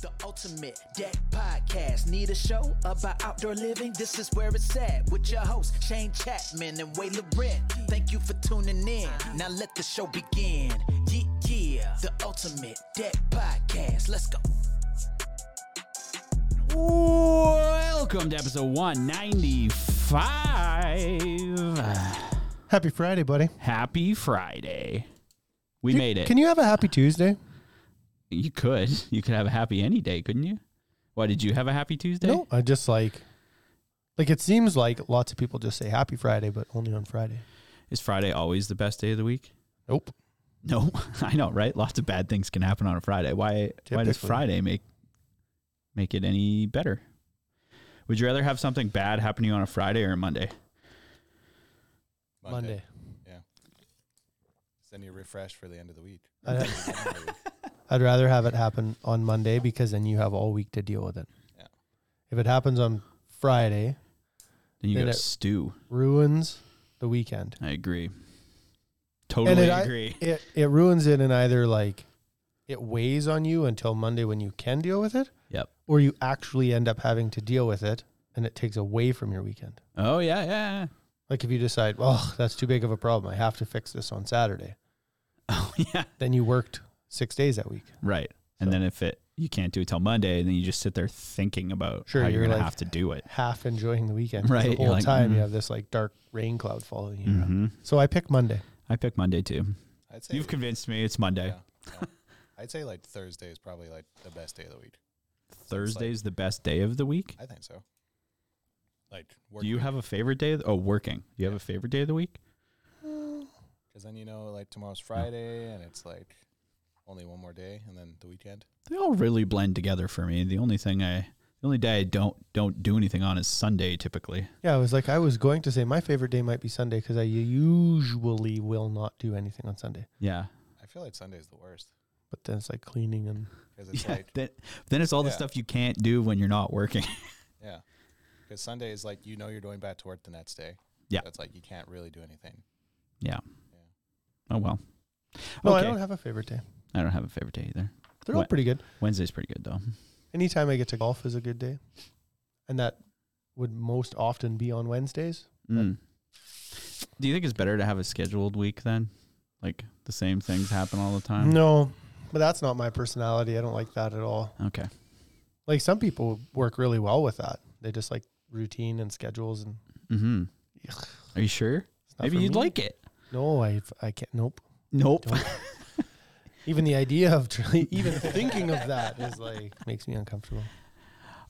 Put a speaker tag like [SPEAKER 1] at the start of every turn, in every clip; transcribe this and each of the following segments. [SPEAKER 1] The Ultimate Deck Podcast. Need a show about outdoor living? This is where it's at with your hosts, Shane Chapman and Way Laurent. Thank you for tuning in. Now let the show begin. Yeah, yeah. The Ultimate Deck Podcast. Let's go.
[SPEAKER 2] Welcome to episode 195.
[SPEAKER 3] Happy Friday, buddy.
[SPEAKER 2] Happy Friday. We
[SPEAKER 3] You-
[SPEAKER 2] made it.
[SPEAKER 3] Can you have a happy Tuesday?
[SPEAKER 2] You could. You could have a happy any day, couldn't you? Why did you have a happy Tuesday?
[SPEAKER 3] No, I just like, like it seems like lots of people just say Happy Friday, but only on Friday.
[SPEAKER 2] Is Friday always the best day of the week?
[SPEAKER 3] Nope.
[SPEAKER 2] No, I know, right? Lots of bad things can happen on a Friday. Why? Why does
[SPEAKER 3] Typically.
[SPEAKER 2] Friday make make it any better? Would you rather have something bad happen to you on a Friday or a Monday?
[SPEAKER 3] Monday.
[SPEAKER 4] Yeah. Send you a refresh for the end of the week.
[SPEAKER 3] I'd,
[SPEAKER 4] End
[SPEAKER 3] ha-
[SPEAKER 4] of the week.
[SPEAKER 3] I'd rather have it happen on Monday because then you have all week to deal with it.
[SPEAKER 4] Yeah.
[SPEAKER 3] If it happens on Friday,
[SPEAKER 2] Then you
[SPEAKER 3] Then
[SPEAKER 2] go
[SPEAKER 3] it-
[SPEAKER 2] stew.
[SPEAKER 3] ruins the weekend.
[SPEAKER 2] I agree. Totally
[SPEAKER 3] it, I-
[SPEAKER 2] agree.
[SPEAKER 3] it it ruins it in either like it weighs on you until Monday when you can deal with it,
[SPEAKER 2] yep.
[SPEAKER 3] or you actually end up having to deal with it and it takes away from your weekend.
[SPEAKER 2] Oh yeah, yeah.
[SPEAKER 3] Like if you decide, oh, that's too big of a problem. I have to fix this on Saturday.
[SPEAKER 2] Oh yeah.
[SPEAKER 3] Then you worked six days that week.
[SPEAKER 2] Right. And then if it you can't do it till Monday, then you just sit there thinking about
[SPEAKER 3] Sure,
[SPEAKER 2] how you're,
[SPEAKER 3] you're
[SPEAKER 2] gonna
[SPEAKER 3] like-
[SPEAKER 2] have to do it.
[SPEAKER 3] Half enjoying the weekend. 'cause
[SPEAKER 2] Right,
[SPEAKER 3] The
[SPEAKER 2] you're
[SPEAKER 3] whole
[SPEAKER 2] like,
[SPEAKER 3] time
[SPEAKER 2] mm.
[SPEAKER 3] you have this like dark rain cloud following you. around.
[SPEAKER 2] hmm
[SPEAKER 3] So I pick Monday.
[SPEAKER 2] I pick Monday too.
[SPEAKER 4] I'd say
[SPEAKER 2] You've convinced me. It's Monday.
[SPEAKER 4] Yeah, yeah. I'd say like Thursday is probably like the best day of the week.
[SPEAKER 2] Thursday's the best day of the week.
[SPEAKER 4] I think so. Like work
[SPEAKER 2] Do you have a favorite day? Of, oh, working. Do you have a favorite day of the week?
[SPEAKER 4] because then you know like tomorrow's Friday and it's like only one more day and then the weekend.
[SPEAKER 2] They all really blend together for me. The only thing I, the only day I don't don't do anything on is Sunday typically.
[SPEAKER 3] Yeah, I was like, I was going to say my favorite day might be Sunday because I usually will not do anything on Sunday.
[SPEAKER 2] Yeah.
[SPEAKER 4] I feel like Sunday's the worst
[SPEAKER 3] But then it's like cleaning and
[SPEAKER 4] because it's
[SPEAKER 2] yeah.
[SPEAKER 4] like
[SPEAKER 2] Then, then it's all the
[SPEAKER 4] Yeah.
[SPEAKER 2] stuff you can't do when you're not working.
[SPEAKER 4] yeah because Sunday is like you know you're going back to work the next day.
[SPEAKER 2] Yeah.
[SPEAKER 4] that's like you can't really do anything.
[SPEAKER 2] yeah. Oh well.
[SPEAKER 3] no, I
[SPEAKER 2] Okay.
[SPEAKER 3] don't have a favorite day.
[SPEAKER 2] I don't have a favorite day either.
[SPEAKER 3] They're all
[SPEAKER 2] What?
[SPEAKER 3] pretty good.
[SPEAKER 2] Wednesday's pretty good though.
[SPEAKER 3] Anytime I get to golf is a good day, and that would most often be on Wednesdays.
[SPEAKER 2] Mm. Do you think it's better to have a scheduled week then? Like the same things happen all the time?
[SPEAKER 3] no, but that's not my personality. I don't like that at all.
[SPEAKER 2] Okay.
[SPEAKER 3] like some people work really well with that. They just like routine and schedules and
[SPEAKER 2] Mm-hmm. Are you sure?
[SPEAKER 3] it's not
[SPEAKER 2] Maybe
[SPEAKER 3] for
[SPEAKER 2] you'd
[SPEAKER 3] me.
[SPEAKER 2] like it.
[SPEAKER 3] No, I I can't. Nope.
[SPEAKER 2] Nope.
[SPEAKER 3] Don't. Even the idea of tr- even thinking of that is like makes me uncomfortable.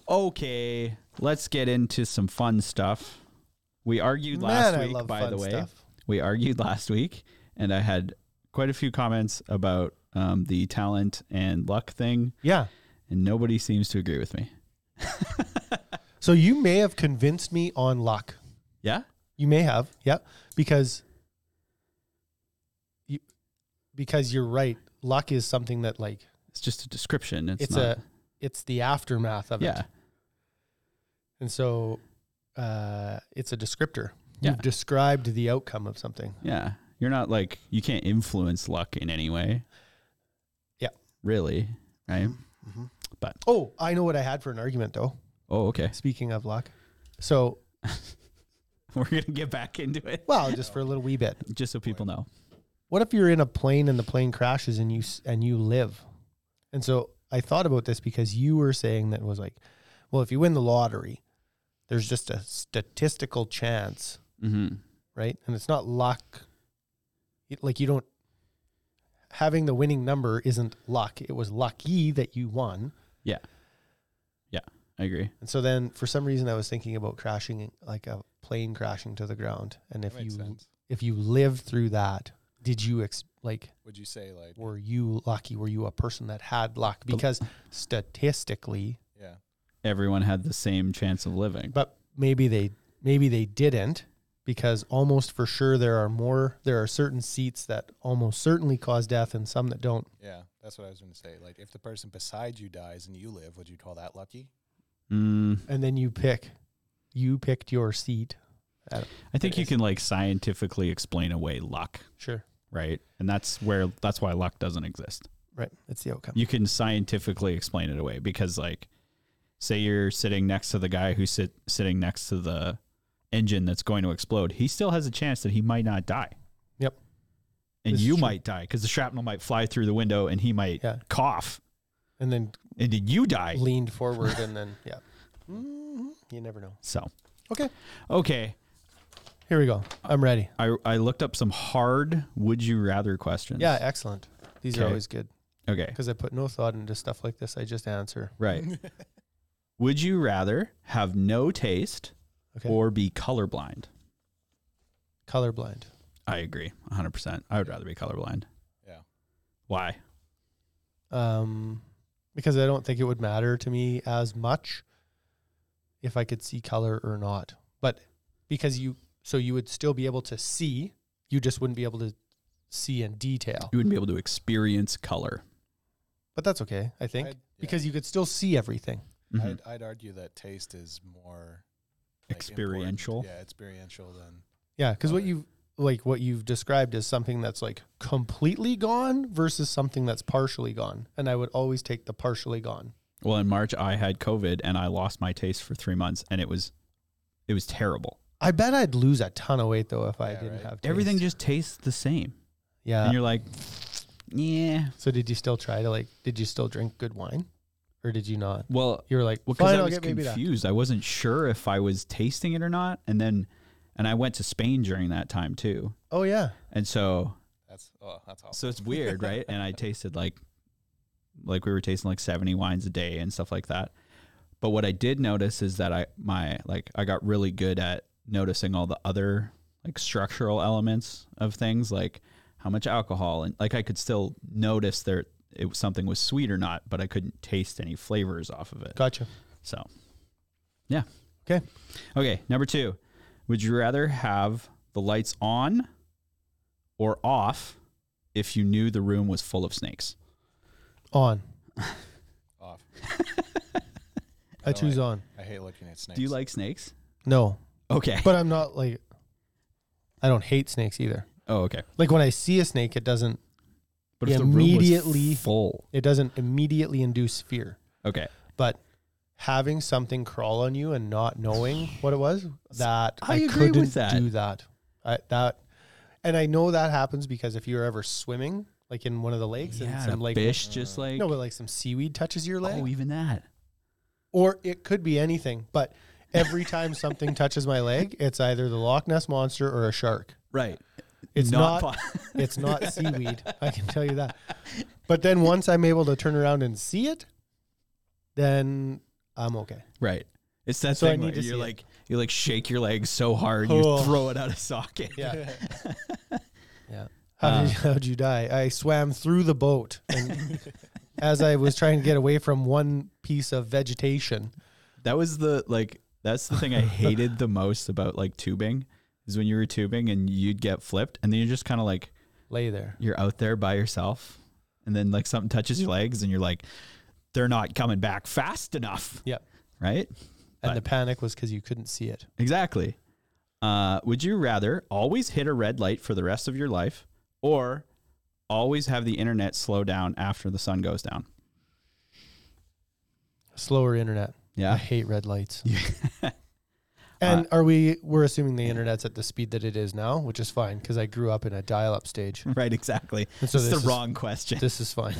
[SPEAKER 2] Okay. Let's get into some fun stuff. We argued last
[SPEAKER 3] Man, I
[SPEAKER 2] week,
[SPEAKER 3] love
[SPEAKER 2] by
[SPEAKER 3] fun
[SPEAKER 2] the way.
[SPEAKER 3] stuff.
[SPEAKER 2] We argued last week, and I had quite a few comments about um, the talent and luck thing,
[SPEAKER 3] Yeah.
[SPEAKER 2] and nobody seems to agree with me.
[SPEAKER 3] So you may have convinced me on luck.
[SPEAKER 2] Yeah?
[SPEAKER 3] You may have. Yeah. Because you because you're right. Luck is something that like
[SPEAKER 2] It's just a description. It's,
[SPEAKER 3] it's
[SPEAKER 2] not.
[SPEAKER 3] a it's the aftermath of it.
[SPEAKER 2] yeah.
[SPEAKER 3] And so uh, it's a descriptor.
[SPEAKER 2] Yeah.
[SPEAKER 3] You've described the outcome of something.
[SPEAKER 2] Yeah. You're not like you can't influence luck in any way.
[SPEAKER 3] Yeah.
[SPEAKER 2] Really? Right?
[SPEAKER 3] Oh, I know what I had for an argument though.
[SPEAKER 2] Oh, okay.
[SPEAKER 3] Speaking of luck. So,
[SPEAKER 2] We're gonna get back into it.
[SPEAKER 3] well, just for a little wee bit.
[SPEAKER 2] Just so people know.
[SPEAKER 3] What if you're in a plane and the plane crashes and you s- and you live? And so I thought about this because you were saying that was like, well, if you win the lottery, there's just a statistical chance,
[SPEAKER 2] Mm-hmm.
[SPEAKER 3] right? And it's not luck. It, like you don't having the winning number isn't luck. It was lucky that you won.
[SPEAKER 2] I agree.
[SPEAKER 3] And so then for some reason I was thinking about crashing like a plane crashing to the ground and if
[SPEAKER 4] that
[SPEAKER 3] you
[SPEAKER 4] makes sense.
[SPEAKER 3] if you lived through that, did you ex- like
[SPEAKER 4] Would you say like
[SPEAKER 3] were you lucky? Were you a person that had luck because statistically,
[SPEAKER 4] yeah?
[SPEAKER 2] Everyone had the same chance of living.
[SPEAKER 3] but maybe they maybe they didn't because almost for sure there are more there are certain seats that almost certainly cause death and some that don't.
[SPEAKER 4] Yeah, that's what I was going to say. Like, if the person beside you dies and you live, would you call that lucky?
[SPEAKER 2] Mm,
[SPEAKER 3] And then you pick you picked your seat. Uh,
[SPEAKER 2] I think you can like scientifically explain away luck,
[SPEAKER 3] Sure.
[SPEAKER 2] right? And that's where that's why luck doesn't exist.
[SPEAKER 3] Right. It's the outcome.
[SPEAKER 2] you can scientifically explain it away because like say you're sitting next to the guy who's sit, sitting next to the engine that's going to explode he still has a chance that he might not die
[SPEAKER 3] Yep.
[SPEAKER 2] and
[SPEAKER 3] This is
[SPEAKER 2] you
[SPEAKER 3] true.
[SPEAKER 2] might die because the shrapnel might fly through the window and he might
[SPEAKER 3] Yeah.
[SPEAKER 2] cough
[SPEAKER 3] And then
[SPEAKER 2] and then you die
[SPEAKER 3] leaned forward and then yeah. Mhm. You never know.
[SPEAKER 2] so
[SPEAKER 3] Okay.
[SPEAKER 2] okay
[SPEAKER 3] Here we go. I'm ready.
[SPEAKER 2] I, I looked up some hard would you rather questions
[SPEAKER 3] Yeah, excellent. These are
[SPEAKER 2] Okay.
[SPEAKER 3] always good
[SPEAKER 2] okay
[SPEAKER 3] because I put no thought into stuff like this. I just answer.
[SPEAKER 2] right would you rather have no taste
[SPEAKER 3] Okay.
[SPEAKER 2] or be colorblind
[SPEAKER 3] colorblind.
[SPEAKER 2] i agree 100% i would rather be colorblind
[SPEAKER 4] Yeah.
[SPEAKER 2] why
[SPEAKER 3] Um, because I don't think it would matter to me as much if I could see color or not. But because you, so you would still be able to see, you just wouldn't be able to see in detail.
[SPEAKER 2] you wouldn't be able to experience color.
[SPEAKER 3] But that's okay, I think,
[SPEAKER 4] I'd- yeah.
[SPEAKER 3] because you could still see everything.
[SPEAKER 2] Mhm.
[SPEAKER 4] I'd, I'd argue that taste is more like, important.
[SPEAKER 2] Experiential.
[SPEAKER 4] Yeah, experiential than
[SPEAKER 3] Yeah, because what
[SPEAKER 4] Color.
[SPEAKER 3] you've like what you've described is something that's like completely gone versus something that's partially gone. And I would always take the partially gone.
[SPEAKER 2] Well, in March I had COVID and I lost my taste for three months, and it was it was terrible.
[SPEAKER 3] I bet I'd lose a ton of weight though if I
[SPEAKER 4] Yeah,
[SPEAKER 3] didn't
[SPEAKER 4] right.
[SPEAKER 3] have taste.
[SPEAKER 2] Everything just tastes the same,
[SPEAKER 3] yeah.
[SPEAKER 2] and you're like, yeah.
[SPEAKER 3] So did you still try to like? Did you still drink good wine, or did you not?
[SPEAKER 2] Well,
[SPEAKER 3] You were like,
[SPEAKER 2] well, because
[SPEAKER 3] fine,
[SPEAKER 2] I
[SPEAKER 3] I'll
[SPEAKER 2] was
[SPEAKER 3] get maybe that.
[SPEAKER 2] confused. I wasn't sure if I was tasting it or not, and then and I went to Spain during that time too,
[SPEAKER 3] Oh yeah,
[SPEAKER 2] and so
[SPEAKER 4] that's oh that's awful.
[SPEAKER 2] so it's weird, right? And I tasted like like we were tasting like 70 wines a day and stuff like that. But what I did notice is that I my like I got really good at noticing all the other like structural elements of things like how much alcohol and like I could still notice there it was something was sweet or not, but I couldn't taste any flavors off of it.
[SPEAKER 3] gotcha.
[SPEAKER 2] So, yeah.
[SPEAKER 3] Okay.
[SPEAKER 2] Okay, number 2. Would you rather have the lights on or off if you knew the room was full of snakes?
[SPEAKER 3] On.
[SPEAKER 4] off.
[SPEAKER 3] I
[SPEAKER 4] I
[SPEAKER 3] choose
[SPEAKER 4] like-
[SPEAKER 3] on.
[SPEAKER 4] I hate looking at snakes.
[SPEAKER 2] Do you like snakes?
[SPEAKER 3] No,
[SPEAKER 2] Okay.
[SPEAKER 3] but I'm not like. I don't hate snakes either.
[SPEAKER 2] Oh, okay.
[SPEAKER 3] Like when I see a snake, it doesn't.
[SPEAKER 2] But
[SPEAKER 3] Immediately-
[SPEAKER 2] full.
[SPEAKER 3] It doesn't immediately induce fear.
[SPEAKER 2] Okay.
[SPEAKER 3] But having something crawl on you and not knowing what it was, that
[SPEAKER 2] I
[SPEAKER 3] I,
[SPEAKER 2] agree with
[SPEAKER 3] couldn't
[SPEAKER 2] that.
[SPEAKER 3] do that. I, that, and I know that happens because if you're ever swimming, like in one of the lakes, and
[SPEAKER 2] Yeah,
[SPEAKER 3] some
[SPEAKER 2] and a
[SPEAKER 3] like
[SPEAKER 2] fish just like
[SPEAKER 3] no, but like some seaweed touches your leg,
[SPEAKER 2] oh, even that.
[SPEAKER 3] or it could be anything. But every time something touches my leg, it's either the Loch Ness monster or a shark.
[SPEAKER 2] Right.
[SPEAKER 3] It's not.
[SPEAKER 2] po-
[SPEAKER 3] it's not seaweed. I can tell you that. But then once I'm able to turn around and see it, then I'm okay.
[SPEAKER 2] right. It's that
[SPEAKER 3] So I
[SPEAKER 2] thing
[SPEAKER 3] need
[SPEAKER 2] where
[SPEAKER 3] to
[SPEAKER 2] you're
[SPEAKER 3] see it.
[SPEAKER 2] like you like shake your leg so hard
[SPEAKER 3] Oh.
[SPEAKER 2] you throw it out of socket.
[SPEAKER 3] Yeah. yeah. How
[SPEAKER 2] Um,
[SPEAKER 3] did, how'd you die? I swam through the boat and as I was trying to get away from one piece of vegetation.
[SPEAKER 2] That was the like that's the thing I hated the most about like tubing is when you were tubing and you'd get flipped and then you're just kind of like
[SPEAKER 3] Lay there.
[SPEAKER 2] you're out there by yourself and then like something touches your legs and you're like they're not coming back fast enough,
[SPEAKER 3] Yep.
[SPEAKER 2] right?
[SPEAKER 3] And the panic was because you couldn't see it.
[SPEAKER 2] Exactly. Uh, would you rather always hit a red light for the rest of your life or always have the internet slow down after the sun goes down?
[SPEAKER 3] Slower internet. I
[SPEAKER 2] Yeah. Uh,
[SPEAKER 3] hate red lights. and are we? We're assuming the internet's at the speed that it is now, which is fine because I grew up in a dial-up stage.
[SPEAKER 2] Right, exactly.
[SPEAKER 3] And so
[SPEAKER 2] it's the
[SPEAKER 3] this is-
[SPEAKER 2] wrong question.
[SPEAKER 3] This is fine.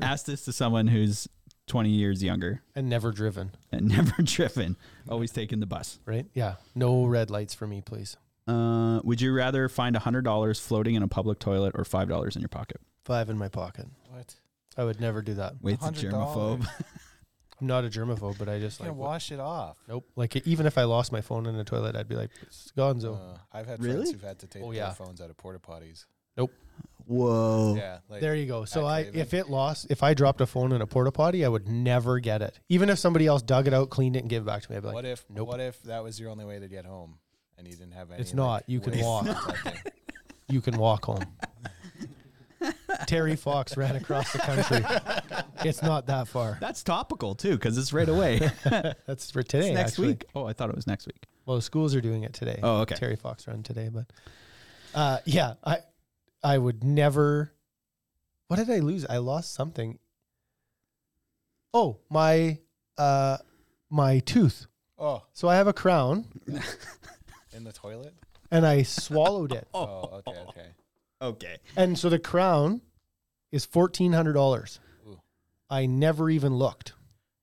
[SPEAKER 2] Ask this to someone who's 20 years younger
[SPEAKER 3] and never driven,
[SPEAKER 2] and never driven, always taking the bus.
[SPEAKER 3] right? Yeah. No red lights for me, please.
[SPEAKER 2] Uh, would you rather find $100 floating in a public toilet or $5 in your pocket?
[SPEAKER 3] Five in my pocket.
[SPEAKER 4] What?
[SPEAKER 3] I would never do that.
[SPEAKER 2] Wait, it's a
[SPEAKER 4] $100.
[SPEAKER 2] germaphobe.
[SPEAKER 3] I'm not a germaphobe, but I just
[SPEAKER 4] You can
[SPEAKER 3] like
[SPEAKER 4] wash it off.
[SPEAKER 3] nope. Like even if I lost my phone in the toilet, I'd be like, it's gonzo.
[SPEAKER 4] Uh, I've had
[SPEAKER 2] Really?
[SPEAKER 4] friends who've had to take
[SPEAKER 3] Oh,
[SPEAKER 4] their
[SPEAKER 3] yeah.
[SPEAKER 4] phones out of porta potties.
[SPEAKER 2] Whoa.
[SPEAKER 4] Yeah, like
[SPEAKER 3] there you go. So
[SPEAKER 4] I
[SPEAKER 3] I,
[SPEAKER 4] crave it.
[SPEAKER 3] if it lost, if I dropped a phone in a porta potty, I would never get it. Even if somebody else dug it out, cleaned it, and gave it back to me, I'd be like,
[SPEAKER 4] what if
[SPEAKER 3] nope.
[SPEAKER 4] what if that was your only way to get home and you didn't have any?
[SPEAKER 3] It's
[SPEAKER 4] like,
[SPEAKER 3] not. You can
[SPEAKER 4] ways
[SPEAKER 3] walk.
[SPEAKER 4] to get there?
[SPEAKER 3] you can walk home. Terry Fox ran across the country. It's not that far.
[SPEAKER 2] That's topical too, because it's right away.
[SPEAKER 3] That's for today.
[SPEAKER 2] It's next
[SPEAKER 3] actually.
[SPEAKER 2] week. Oh, I thought it was next week.
[SPEAKER 3] Well, the schools are doing it today.
[SPEAKER 2] Oh, okay.
[SPEAKER 3] Terry Fox run today, but uh, yeah, I I would never What did I lose? I lost something. Oh, my uh my tooth.
[SPEAKER 4] Oh,
[SPEAKER 3] So I have a crown
[SPEAKER 4] in the toilet.
[SPEAKER 3] and I swallowed it.
[SPEAKER 4] Oh, okay, okay.
[SPEAKER 2] Okay.
[SPEAKER 3] And so the crown is $1400.
[SPEAKER 4] Ooh.
[SPEAKER 3] I never even looked. Uh,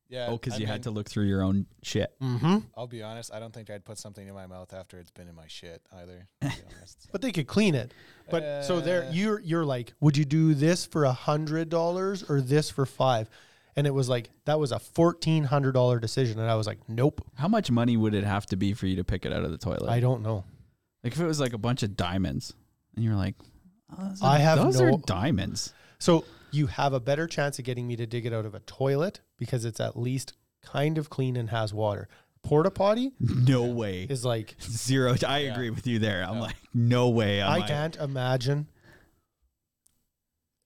[SPEAKER 4] Yeah.
[SPEAKER 2] Oh, because
[SPEAKER 4] I
[SPEAKER 2] you
[SPEAKER 4] mean,
[SPEAKER 2] had to look through your own shit.
[SPEAKER 3] Mhm.
[SPEAKER 4] I'll be honest. I don't think I'd put something in my mouth after it's been in my shit either. To be honest.
[SPEAKER 3] But they could clean it. But so there
[SPEAKER 4] Uh.
[SPEAKER 3] you're you're like, would you do this for a hundred dollars or this for five? And it was like that was a fourteen hundred dollar decision. And I was like, Nope.
[SPEAKER 2] How much money would it have to be for you to pick it out of the toilet?
[SPEAKER 3] I don't know.
[SPEAKER 2] like if it was like a bunch of diamonds, and you're like, oh, those
[SPEAKER 3] I
[SPEAKER 2] are-
[SPEAKER 3] have
[SPEAKER 2] those are
[SPEAKER 3] no-
[SPEAKER 2] diamonds.
[SPEAKER 3] So you have a better chance of getting me to dig it out of a toilet because it's at least kind of clean and has water. Porta potty
[SPEAKER 2] No way.
[SPEAKER 3] is like
[SPEAKER 2] Zero. I agree with you there. I'm like, no way. am
[SPEAKER 3] I can't imagine.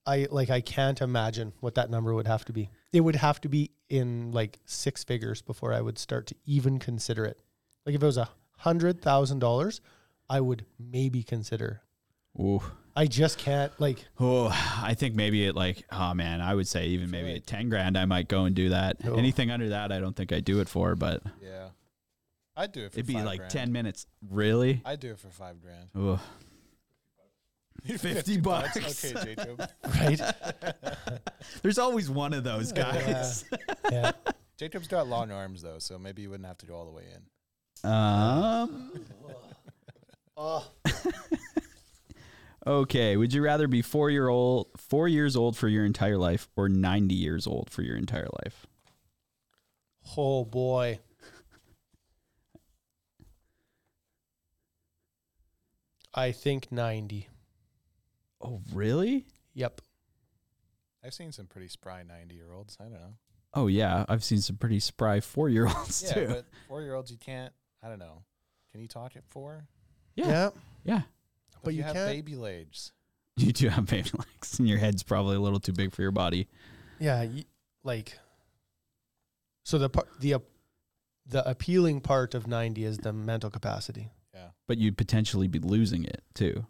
[SPEAKER 3] I like I can't imagine what that number would have to be. It would have to be in like six figures before I would start to even consider it. Like if it was a hundred thousand dollars, I would maybe consider.
[SPEAKER 2] Ooh.
[SPEAKER 3] I just can't like
[SPEAKER 2] Oh, I think maybe it like, oh man, I would say even maybe at 10 grand, I might go and do that.
[SPEAKER 3] No.
[SPEAKER 2] Anything under that, I don't think I do it for, but
[SPEAKER 4] Yeah. I'd do it for
[SPEAKER 2] it'd be
[SPEAKER 4] five
[SPEAKER 2] like
[SPEAKER 4] grand.
[SPEAKER 2] 10 minutes. Really? Oh.
[SPEAKER 4] I'd do it for five grand.
[SPEAKER 2] Ooh. 50 bucks.
[SPEAKER 4] okay, Jacob.
[SPEAKER 3] right.
[SPEAKER 2] There's always one of those guys.
[SPEAKER 3] yeah.
[SPEAKER 4] Jacob's got long arms though, so maybe you wouldn't have to go all the way in.
[SPEAKER 2] Um,
[SPEAKER 3] Oh,
[SPEAKER 2] okay. Would you rather be four year old, four years old for your entire life or 90 years old for your entire life?
[SPEAKER 3] oh boy. I think ninety.
[SPEAKER 2] Oh, really?
[SPEAKER 3] Yep.
[SPEAKER 4] I've seen some pretty spry ninety-year-olds. I don't know.
[SPEAKER 2] Oh yeah. I've seen some pretty spry four year olds
[SPEAKER 4] Yeah,
[SPEAKER 2] too.
[SPEAKER 4] but four-year-olds, you can't. I don't know. Can you talk at four?
[SPEAKER 2] Yeah.
[SPEAKER 3] yeah.
[SPEAKER 2] yeah.
[SPEAKER 4] But,
[SPEAKER 3] But
[SPEAKER 4] you,
[SPEAKER 3] you
[SPEAKER 4] have
[SPEAKER 3] can't-
[SPEAKER 4] baby legs.
[SPEAKER 2] You do have baby legs, and your head's probably a little too big for your body.
[SPEAKER 3] Yeah, y- like so the par- the ap- the appealing part of 90 is the mental capacity.
[SPEAKER 2] But you'd potentially be losing it too.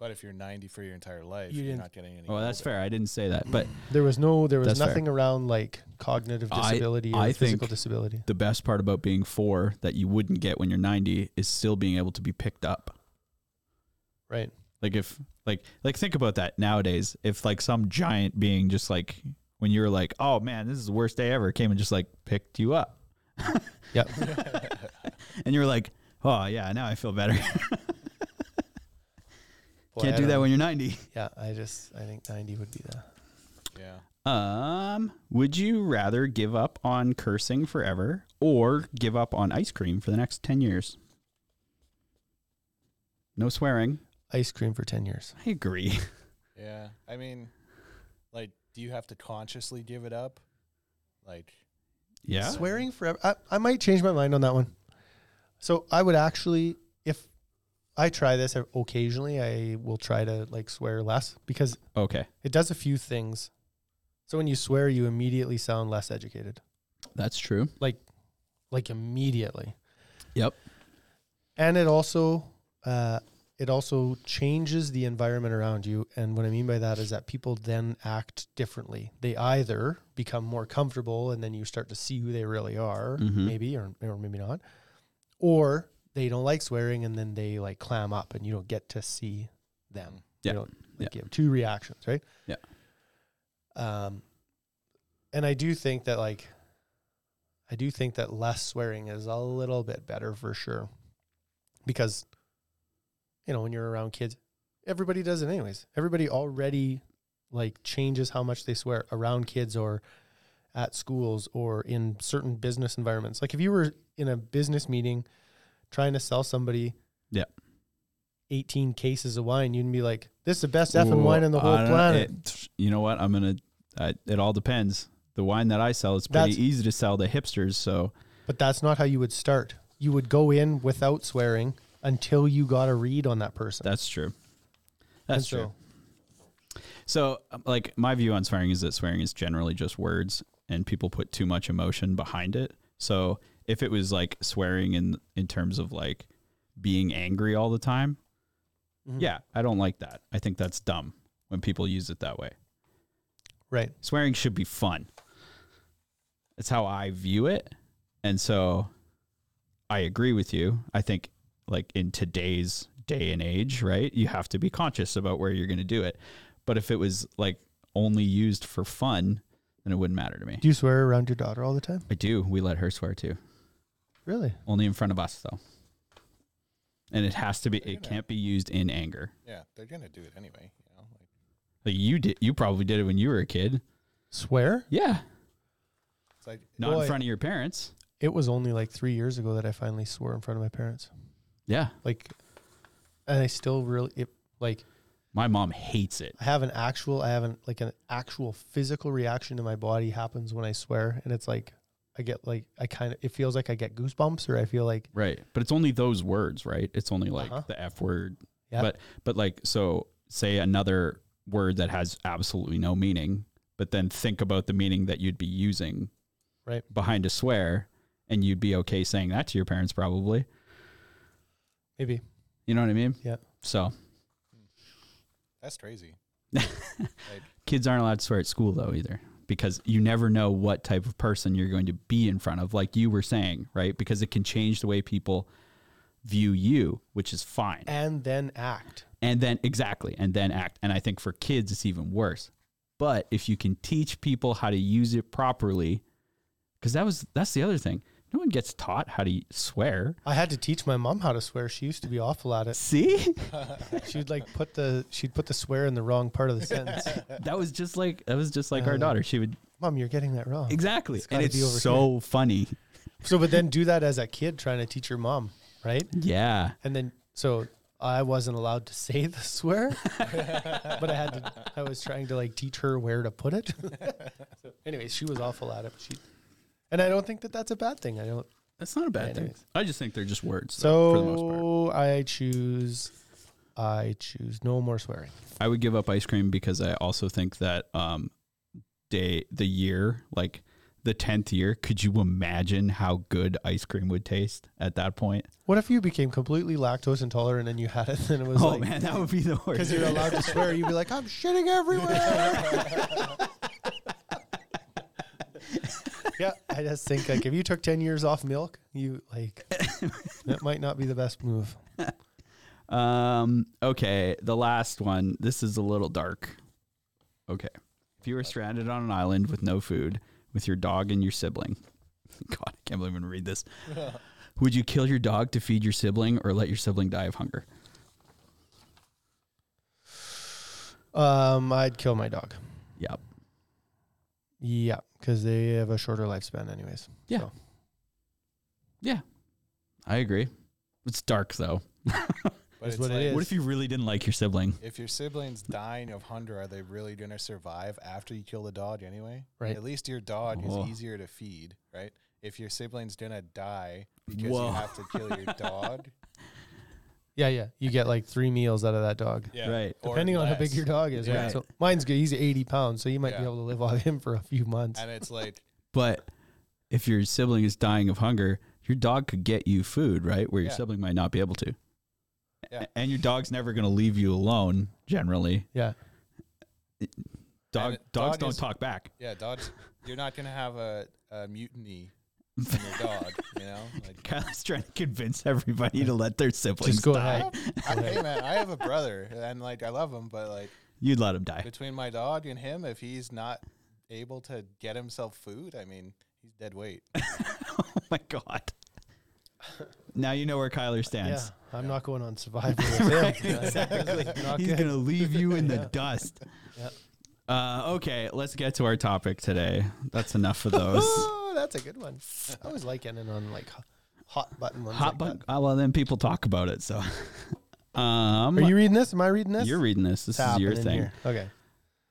[SPEAKER 4] But if you're 90 for your entire life,
[SPEAKER 3] You
[SPEAKER 4] you are
[SPEAKER 3] didn't-
[SPEAKER 4] not getting any.
[SPEAKER 2] Oh, that's
[SPEAKER 4] older.
[SPEAKER 2] fair. I didn't say that. But
[SPEAKER 3] There was no there was
[SPEAKER 2] That's fair.
[SPEAKER 3] nothing around like cognitive
[SPEAKER 2] I-
[SPEAKER 3] disability or
[SPEAKER 2] I think-
[SPEAKER 3] physical disability.
[SPEAKER 2] the best part about being four that you wouldn't get when you're 90 is still being able to be picked up.
[SPEAKER 3] Right.
[SPEAKER 2] Like if like like think about that nowadays. If like some giant being just like when you're like, oh man, this is the worst day ever, came and just like picked you up,
[SPEAKER 3] Yep.
[SPEAKER 2] and you're like, oh yeah, now I feel better.
[SPEAKER 3] Boy,
[SPEAKER 2] Can't
[SPEAKER 3] I
[SPEAKER 2] do that
[SPEAKER 3] don't-
[SPEAKER 2] when you're 90.
[SPEAKER 3] Yeah, I just I think 90 would be the
[SPEAKER 4] Yeah.
[SPEAKER 2] Um, would you rather give up on cursing forever or give up on ice cream for the next 10 years? No swearing.
[SPEAKER 3] ice cream for 10 years.
[SPEAKER 2] I agree.
[SPEAKER 4] Yeah. I mean, like, do you have to consciously give it up? Like,
[SPEAKER 2] Yeah.
[SPEAKER 3] Swearing forever. I, I might change my mind on that one. So I would actually, if I try this uh, occasionally, I will try to like swear less because
[SPEAKER 2] Okay.
[SPEAKER 3] it does a few things. So when you swear, you immediately sound less educated,
[SPEAKER 2] That's true.
[SPEAKER 3] like immediately.
[SPEAKER 2] Yep.
[SPEAKER 3] And it also, uh, it also changes the environment around you. And what I mean by that is that people then act differently. They either become more comfortable, and then you start to see who they really are,
[SPEAKER 2] Mhm.
[SPEAKER 3] maybe or or maybe not, or they don't like swearing, and then they like clam up, and you don't get to see them.
[SPEAKER 2] Yeah.
[SPEAKER 3] You don't like you have two reactions, right?
[SPEAKER 2] Yeah.
[SPEAKER 3] Um, and I do think that like, I do think that less swearing is a little bit better for sure, because, you know, when you're around kids, everybody does it anyways. Everybody already like changes how much they swear around kids or at schools or in certain business environments. Like if you were in a business meeting trying to sell somebody,
[SPEAKER 2] Yeah.
[SPEAKER 3] 18 cases of wine, you'd be like, this is the best effing wine on the whole planet.
[SPEAKER 2] you know what? I'm going to, it all depends. The wine that I sell is pretty
[SPEAKER 3] That's-
[SPEAKER 2] easy to sell to hipsters. So,
[SPEAKER 3] But that's not how you would start. You would go in without swearing until you got a read on that person.
[SPEAKER 2] That's true.
[SPEAKER 3] And
[SPEAKER 2] That's
[SPEAKER 3] so-
[SPEAKER 2] true. So, um, like, my view on swearing is that swearing is generally just words, and people put too much emotion behind it. So, if it was like swearing in in terms of like being angry all the time, yeah, I don't like that. I think that's dumb when people use it that way.
[SPEAKER 3] Right.
[SPEAKER 2] Swearing should be fun. That's how I view it. And so I agree with you. I think like in today's day and age, right? You have to be conscious about where you're going to do it. But if it was like only used for fun, then it wouldn't matter to me.
[SPEAKER 3] Do you swear around your daughter all the time?
[SPEAKER 2] I do. We let her swear too.
[SPEAKER 3] Really?
[SPEAKER 2] Only in front of us though. And it has to be it can't be used in anger.
[SPEAKER 4] Yeah, they're gonna do it anyway. You know, like
[SPEAKER 2] Like you did you probably did it when you were a kid.
[SPEAKER 3] Swear?
[SPEAKER 2] Yeah.
[SPEAKER 4] it's like
[SPEAKER 2] Not
[SPEAKER 3] Boy.
[SPEAKER 2] in front of your parents.
[SPEAKER 3] It was only like three years ago that I finally swore in front of my parents.
[SPEAKER 2] Yeah.
[SPEAKER 3] Like, and I still really it, like
[SPEAKER 2] My mom hates it.
[SPEAKER 3] I have an actual I have an like an actual physical reaction to my body happens when I swear, and it's like I get like I kind of it feels like I get goosebumps or I feel like
[SPEAKER 2] Right. But it's only those words, right? It's only like
[SPEAKER 3] Uh-huh.
[SPEAKER 2] the F word.
[SPEAKER 3] Yeah.
[SPEAKER 2] But but like so say another word that has absolutely no meaning, but then think about the meaning that you'd be using
[SPEAKER 3] Right.
[SPEAKER 2] behind a swear and you'd be okay saying that to your parents probably.
[SPEAKER 3] maybe
[SPEAKER 2] You know what I mean?
[SPEAKER 3] Yeah.
[SPEAKER 2] So
[SPEAKER 4] that's crazy. like
[SPEAKER 2] kids aren't allowed to swear at school though either because you never know what type of person you're going to be in front of like you were saying right because it can change the way people view you which is fine
[SPEAKER 3] and then act.
[SPEAKER 2] and then exactly and then act and i think for kids it's even worse but if you can teach people how to use it properly because that was that's the other thing no one gets taught how to swear
[SPEAKER 3] I had to teach my mom how to swear. She used to be awful at it.
[SPEAKER 2] see
[SPEAKER 3] She'd like put the she'd put the swear in the wrong part of the sentence.
[SPEAKER 2] that was just like that was just like
[SPEAKER 3] Yeah.
[SPEAKER 2] our daughter she would
[SPEAKER 3] mom, you're getting that wrong.
[SPEAKER 2] exactly and
[SPEAKER 3] Uh, gotta
[SPEAKER 2] it's
[SPEAKER 3] be over
[SPEAKER 2] so funny
[SPEAKER 3] So, but then do that as a kid trying to teach your mom, right?
[SPEAKER 2] yeah
[SPEAKER 3] And then so I wasn't allowed to say the swear, but I had to. I was trying to like teach her where to put it. so, anyways, she was awful at it. She, and I don't think that that's a bad thing. I don't.
[SPEAKER 2] That's not a bad thing.
[SPEAKER 3] Anyways.
[SPEAKER 2] I just think they're just words. though, for the most part,
[SPEAKER 3] So I choose. I choose no more swearing.
[SPEAKER 2] I would give up ice cream because I also think that um, day the year like the tenth year. Could you imagine how good ice cream would taste at that point?
[SPEAKER 3] What if you became completely lactose intolerant and you had it? And it was
[SPEAKER 2] Oh
[SPEAKER 3] like,
[SPEAKER 2] man, that would be the
[SPEAKER 3] because
[SPEAKER 2] worst.
[SPEAKER 3] you're allowed to swear, you'd be like, I'm shitting everywhere. yeah, I just think like if you took ten years off milk, you like that might not be the best move.
[SPEAKER 2] Um. Okay, the last one. This is a little dark. Okay, if you were stranded on an island with no food, with your dog and your sibling, God, I can't believe I'm gonna read this. Would you kill your dog to feed your sibling, or let your sibling die of hunger?
[SPEAKER 3] Um, I'd kill my dog.
[SPEAKER 2] Yep.
[SPEAKER 3] Yeah, because they have a shorter lifespan, anyways.
[SPEAKER 2] Yeah.
[SPEAKER 3] So,
[SPEAKER 2] Yeah, I agree. It's dark though.
[SPEAKER 4] but
[SPEAKER 3] Is
[SPEAKER 4] it's
[SPEAKER 3] what it
[SPEAKER 4] like,
[SPEAKER 3] is.
[SPEAKER 2] What if you really didn't like your sibling?
[SPEAKER 4] If your siblings dying of hunger, are they really gonna survive after you kill the dog anyway?
[SPEAKER 3] Right.
[SPEAKER 4] At least your dog
[SPEAKER 2] Oh.
[SPEAKER 4] is easier to feed, right? If your siblings gonna die because
[SPEAKER 2] Whoa.
[SPEAKER 4] you have to kill your dog,
[SPEAKER 3] yeah, yeah. You get like three meals out of that dog.
[SPEAKER 4] yeah,
[SPEAKER 2] Right.
[SPEAKER 4] or
[SPEAKER 3] Depending on how big
[SPEAKER 4] less.
[SPEAKER 3] your dog is, right?
[SPEAKER 2] Yeah.
[SPEAKER 3] So mine's good. He's 80 pounds, so you might be
[SPEAKER 4] Yeah.
[SPEAKER 3] able to live off him for a few months.
[SPEAKER 4] and it's like
[SPEAKER 2] But if your sibling is dying of hunger, your dog could get you food, right? Where your
[SPEAKER 4] Yeah.
[SPEAKER 2] sibling might not be able to.
[SPEAKER 4] Yeah.
[SPEAKER 2] A- And your dog's never going to leave you alone. Generally,
[SPEAKER 3] Yeah,
[SPEAKER 2] dog dogs
[SPEAKER 4] it- dog
[SPEAKER 2] don't
[SPEAKER 4] is-
[SPEAKER 2] talk back.
[SPEAKER 4] Yeah, dogs. you're not gonna have a, a mutiny in your dog. You know, like,
[SPEAKER 2] Kyle's trying to convince everybody to let their siblings
[SPEAKER 3] just go
[SPEAKER 2] die.
[SPEAKER 3] ahead.
[SPEAKER 4] I, hey man, I have a brother, and like I love him, but like
[SPEAKER 2] You'd let him die.
[SPEAKER 4] between my dog and him, if he's not able to get himself food, I mean, he's dead weight.
[SPEAKER 2] Oh my god. Now you know where Kyler
[SPEAKER 3] Yeah,
[SPEAKER 2] stands.
[SPEAKER 3] I'm not going on survival with him.
[SPEAKER 2] exactly.
[SPEAKER 3] Not
[SPEAKER 2] He's
[SPEAKER 3] good.
[SPEAKER 2] going to leave you in the dust. Uh, okay, let's get to our topic today. That's enough of those.
[SPEAKER 3] Oh, that's a good one. I always like ending on like ho- hot button ones.
[SPEAKER 2] Hot
[SPEAKER 3] like
[SPEAKER 2] button. Oh, well, then people talk about it. So, um,
[SPEAKER 3] that. Are you reading this? Am I reading this?
[SPEAKER 2] are reading this. This
[SPEAKER 3] What's
[SPEAKER 2] is your
[SPEAKER 3] happening
[SPEAKER 2] thing.
[SPEAKER 3] here? Okay.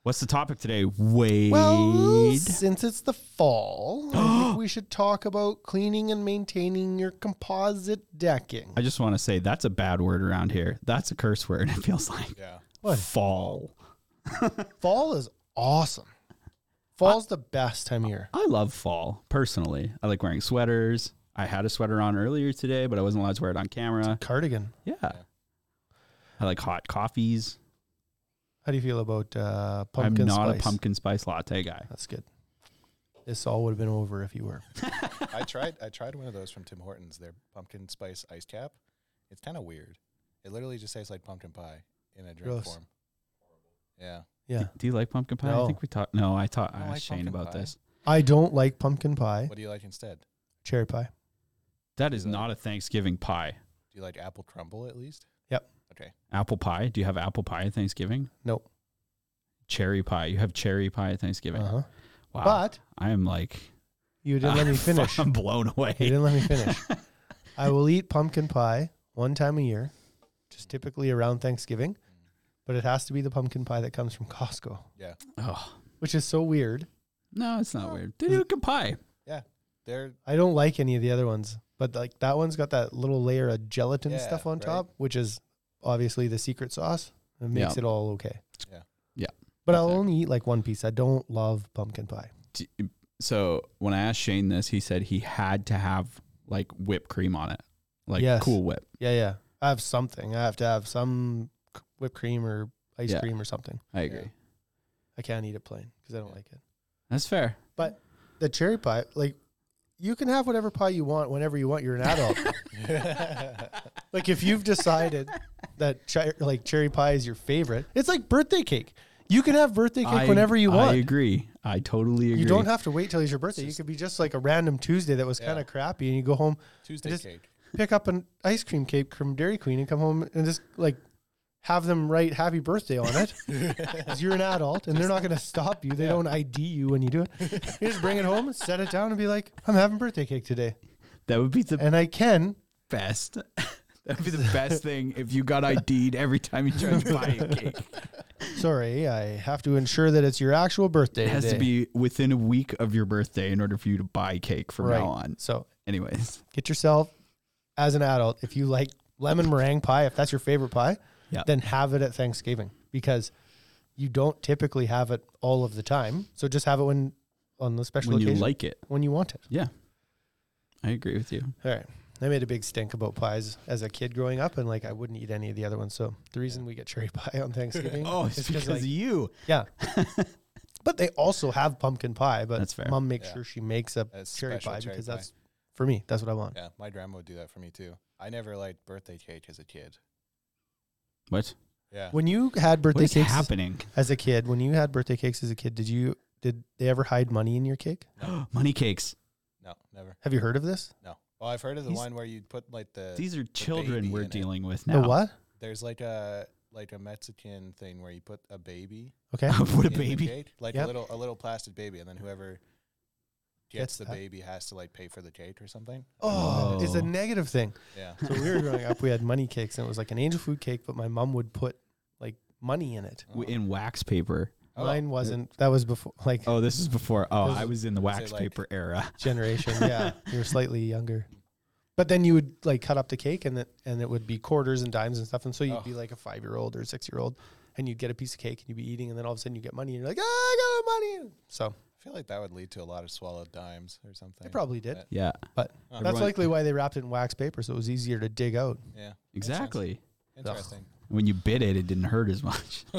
[SPEAKER 2] What's the topic today? Wade.
[SPEAKER 3] Well, since it's the fall, I think we should talk about cleaning and maintaining your composite decking.
[SPEAKER 2] I just want to say that's a bad word around here. That's a curse word. It feels like
[SPEAKER 4] Yeah,
[SPEAKER 2] fall.
[SPEAKER 3] Fall is awesome. Fall's the best time of year.
[SPEAKER 2] I love fall personally. I like wearing sweaters. I had a sweater on earlier today, but I wasn't allowed to wear it on camera.
[SPEAKER 3] Cardigan.
[SPEAKER 2] Yeah. I like hot coffees.
[SPEAKER 3] How do you feel about uh, pumpkin
[SPEAKER 2] I'm not
[SPEAKER 3] spice?
[SPEAKER 2] a pumpkin spice latte guy.
[SPEAKER 3] That's good. This all would have been over if you were.
[SPEAKER 4] I tried I tried one of those from Tim Hortons, their pumpkin spice ice cap. It's kind of weird. It literally just tastes like pumpkin pie in a drink
[SPEAKER 3] Gross.
[SPEAKER 4] form. Yeah.
[SPEAKER 3] Yeah.
[SPEAKER 2] Do you like pumpkin pie? I
[SPEAKER 3] No.
[SPEAKER 2] think we talked. No, I talked.
[SPEAKER 4] I
[SPEAKER 2] I
[SPEAKER 4] don't like
[SPEAKER 2] asked Shane
[SPEAKER 4] pumpkin
[SPEAKER 2] about
[SPEAKER 4] pie.
[SPEAKER 2] this.
[SPEAKER 3] I don't like pumpkin pie,
[SPEAKER 4] What do you like instead?
[SPEAKER 3] cherry pie.
[SPEAKER 2] That is
[SPEAKER 4] Yeah.
[SPEAKER 2] not a Thanksgiving pie.
[SPEAKER 4] Do you like apple crumble at least?
[SPEAKER 3] Yep.
[SPEAKER 4] Okay.
[SPEAKER 2] Apple pie. Do you have apple pie at Thanksgiving?
[SPEAKER 3] Nope.
[SPEAKER 2] Cherry pie. You have cherry pie at Thanksgiving.
[SPEAKER 3] Uh-huh.
[SPEAKER 2] Wow.
[SPEAKER 3] But
[SPEAKER 2] I am like.
[SPEAKER 3] you didn't let me finish.
[SPEAKER 2] I'm blown away.
[SPEAKER 3] You didn't let me finish. I will eat pumpkin pie one time a year, just typically around Thanksgiving, but it has to be the pumpkin pie that comes from Costco,
[SPEAKER 4] Yeah.
[SPEAKER 2] Oh
[SPEAKER 3] which is so weird.
[SPEAKER 2] no, it's not weird. They do a good pie.
[SPEAKER 4] They're
[SPEAKER 3] I don't like any of the other ones, but like that one's got that little layer of gelatin
[SPEAKER 4] Yeah,
[SPEAKER 3] stuff on
[SPEAKER 4] right.
[SPEAKER 3] top, which is obviously the secret sauce and makes
[SPEAKER 2] Yeah.
[SPEAKER 3] it all okay.
[SPEAKER 4] Yeah.
[SPEAKER 2] Yeah.
[SPEAKER 3] But I'll only eat like one piece. I don't love pumpkin pie.
[SPEAKER 2] D- So when I asked Shane this, he said he had to have like whipped cream on it, like
[SPEAKER 3] Yes.
[SPEAKER 2] Cool Whip.
[SPEAKER 3] Yeah, yeah. I have something. I have to have some c- whipped cream or ice
[SPEAKER 2] Yeah.
[SPEAKER 3] cream or something.
[SPEAKER 2] I agree.
[SPEAKER 4] Yeah.
[SPEAKER 3] I can't eat it plain because I don't
[SPEAKER 4] Yeah.
[SPEAKER 3] like it.
[SPEAKER 2] That's fair.
[SPEAKER 3] The cherry pie, like you can have whatever pie you want whenever you want. You're an adult. like if you've decided that chi- like cherry pie is your favorite, it's like birthday cake. You can have birthday cake
[SPEAKER 2] I-
[SPEAKER 3] whenever you want.
[SPEAKER 2] I agree. I totally agree.
[SPEAKER 3] You don't have to wait till it's your birthday. you could be just like a random Tuesday that was
[SPEAKER 4] Yeah.
[SPEAKER 3] kind of crappy, and you go home,
[SPEAKER 4] Tuesday
[SPEAKER 3] Just-
[SPEAKER 4] cake.
[SPEAKER 3] pick up an ice cream cake from Dairy Queen, and come home and just like have them write happy birthday on it. 'Cause you're an adult, and they're not going to stop you. They don't ID you when you do it. You just bring it home and set it down and be like, "I'm having birthday cake today,"
[SPEAKER 2] that would be the
[SPEAKER 3] and I can.
[SPEAKER 2] best. that would be the best thing if you got ID'd every time you tried to buy a cake.
[SPEAKER 3] Sorry, I have to ensure that it's your actual birthday.
[SPEAKER 2] It has to be within a week of your birthday in order for you to buy cake from
[SPEAKER 3] right.
[SPEAKER 2] now on.
[SPEAKER 3] So
[SPEAKER 2] Anyways,
[SPEAKER 3] get yourself as an adult if you like lemon meringue pie if that's your favorite pie
[SPEAKER 2] Yeah.
[SPEAKER 3] then have it at thanksgiving because you don't typically have it all of the time so just have it when on the special
[SPEAKER 2] when you
[SPEAKER 3] occasion
[SPEAKER 2] like it,
[SPEAKER 3] when you want it
[SPEAKER 2] yeah, I agree with you.
[SPEAKER 3] all right i made a big stink about pies as a kid growing up and like i wouldn't eat any of the other ones so the reason we get cherry pie on thanksgiving
[SPEAKER 2] Oh,
[SPEAKER 3] is like,
[SPEAKER 2] you.
[SPEAKER 3] yeah but they also have pumpkin pie but
[SPEAKER 2] That's fair.
[SPEAKER 3] mom makes
[SPEAKER 4] Yeah.
[SPEAKER 3] sure she makes a
[SPEAKER 4] That's
[SPEAKER 3] cherry
[SPEAKER 4] special
[SPEAKER 3] pie
[SPEAKER 4] cherry
[SPEAKER 3] because
[SPEAKER 4] pie.
[SPEAKER 3] that's for me that's what i want
[SPEAKER 4] Yeah, my grandma would do that for me too. I never liked birthday cake as a kid.
[SPEAKER 2] What?
[SPEAKER 4] Yeah.
[SPEAKER 3] when you had birthday
[SPEAKER 2] what is
[SPEAKER 3] cakes
[SPEAKER 2] happening?
[SPEAKER 3] As a kid, when you had birthday cakes as a kid, did you did they ever hide money in your cake?
[SPEAKER 2] Money cakes.
[SPEAKER 4] No, never.
[SPEAKER 3] Have you heard of this?
[SPEAKER 4] No. Well, I've heard of the
[SPEAKER 2] He's-
[SPEAKER 4] one where you put like the
[SPEAKER 2] These are children
[SPEAKER 4] baby
[SPEAKER 2] we're
[SPEAKER 4] in it.
[SPEAKER 2] dealing with now.
[SPEAKER 3] The what?
[SPEAKER 4] there's like a like a Mexican thing where you put a baby
[SPEAKER 3] Okay.
[SPEAKER 2] what a
[SPEAKER 4] in the
[SPEAKER 2] baby.
[SPEAKER 4] cake, like
[SPEAKER 3] Yep.
[SPEAKER 4] a little a little plastic baby, and then whoever
[SPEAKER 3] Gets
[SPEAKER 4] gets the
[SPEAKER 3] that.
[SPEAKER 4] baby has to like pay for the cake or something.
[SPEAKER 3] Oh, it's a
[SPEAKER 2] Oh.
[SPEAKER 3] negative thing.
[SPEAKER 4] Yeah,
[SPEAKER 3] So we were growing up, we had money cakes, and it was like an angel food cake, but my mom would put like money in it.
[SPEAKER 2] W- In wax paper.
[SPEAKER 4] Oh.
[SPEAKER 3] Mine wasn't. That was before like
[SPEAKER 2] Oh, this is before. Oh,
[SPEAKER 3] This
[SPEAKER 2] I
[SPEAKER 3] is-
[SPEAKER 2] was in the wax
[SPEAKER 4] like-
[SPEAKER 2] paper era.
[SPEAKER 3] generation. Yeah, you were slightly younger. But then you would like cut up the cake, and it and it would be quarters and dimes and stuff, and so you'd
[SPEAKER 4] Oh.
[SPEAKER 3] be like a five year old or six year old, and you'd get a piece of cake, and you'd be eating, and then all of a sudden you get money, and you're like, ah, I got money. So
[SPEAKER 4] I feel like that would lead to a lot of swallowed dimes or something.
[SPEAKER 3] they probably did.
[SPEAKER 4] That-
[SPEAKER 2] Yeah,
[SPEAKER 3] But
[SPEAKER 4] Oh.
[SPEAKER 3] that's
[SPEAKER 2] Everyone-
[SPEAKER 3] likely why they wrapped it in wax paper, so it was easier to dig out.
[SPEAKER 4] Yeah, makes sense.
[SPEAKER 2] exactly.
[SPEAKER 4] Interesting.
[SPEAKER 2] When you bit it, it didn't hurt as much.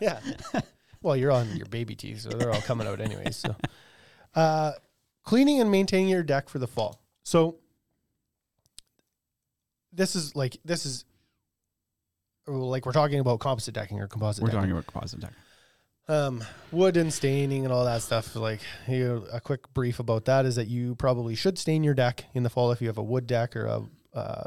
[SPEAKER 3] Yeah. well, you're on your baby teeth, so they're all coming out anyway. So, uh, cleaning and maintaining your deck for the fall. So, this is like this is well, like we're talking about composite decking or composite.
[SPEAKER 2] We're
[SPEAKER 3] decking.
[SPEAKER 2] talking about composite deck.
[SPEAKER 3] um, wood and staining and all that stuff. Like you know, a quick brief about that is that you probably should stain your deck in the fall if you have a wood deck or a uh,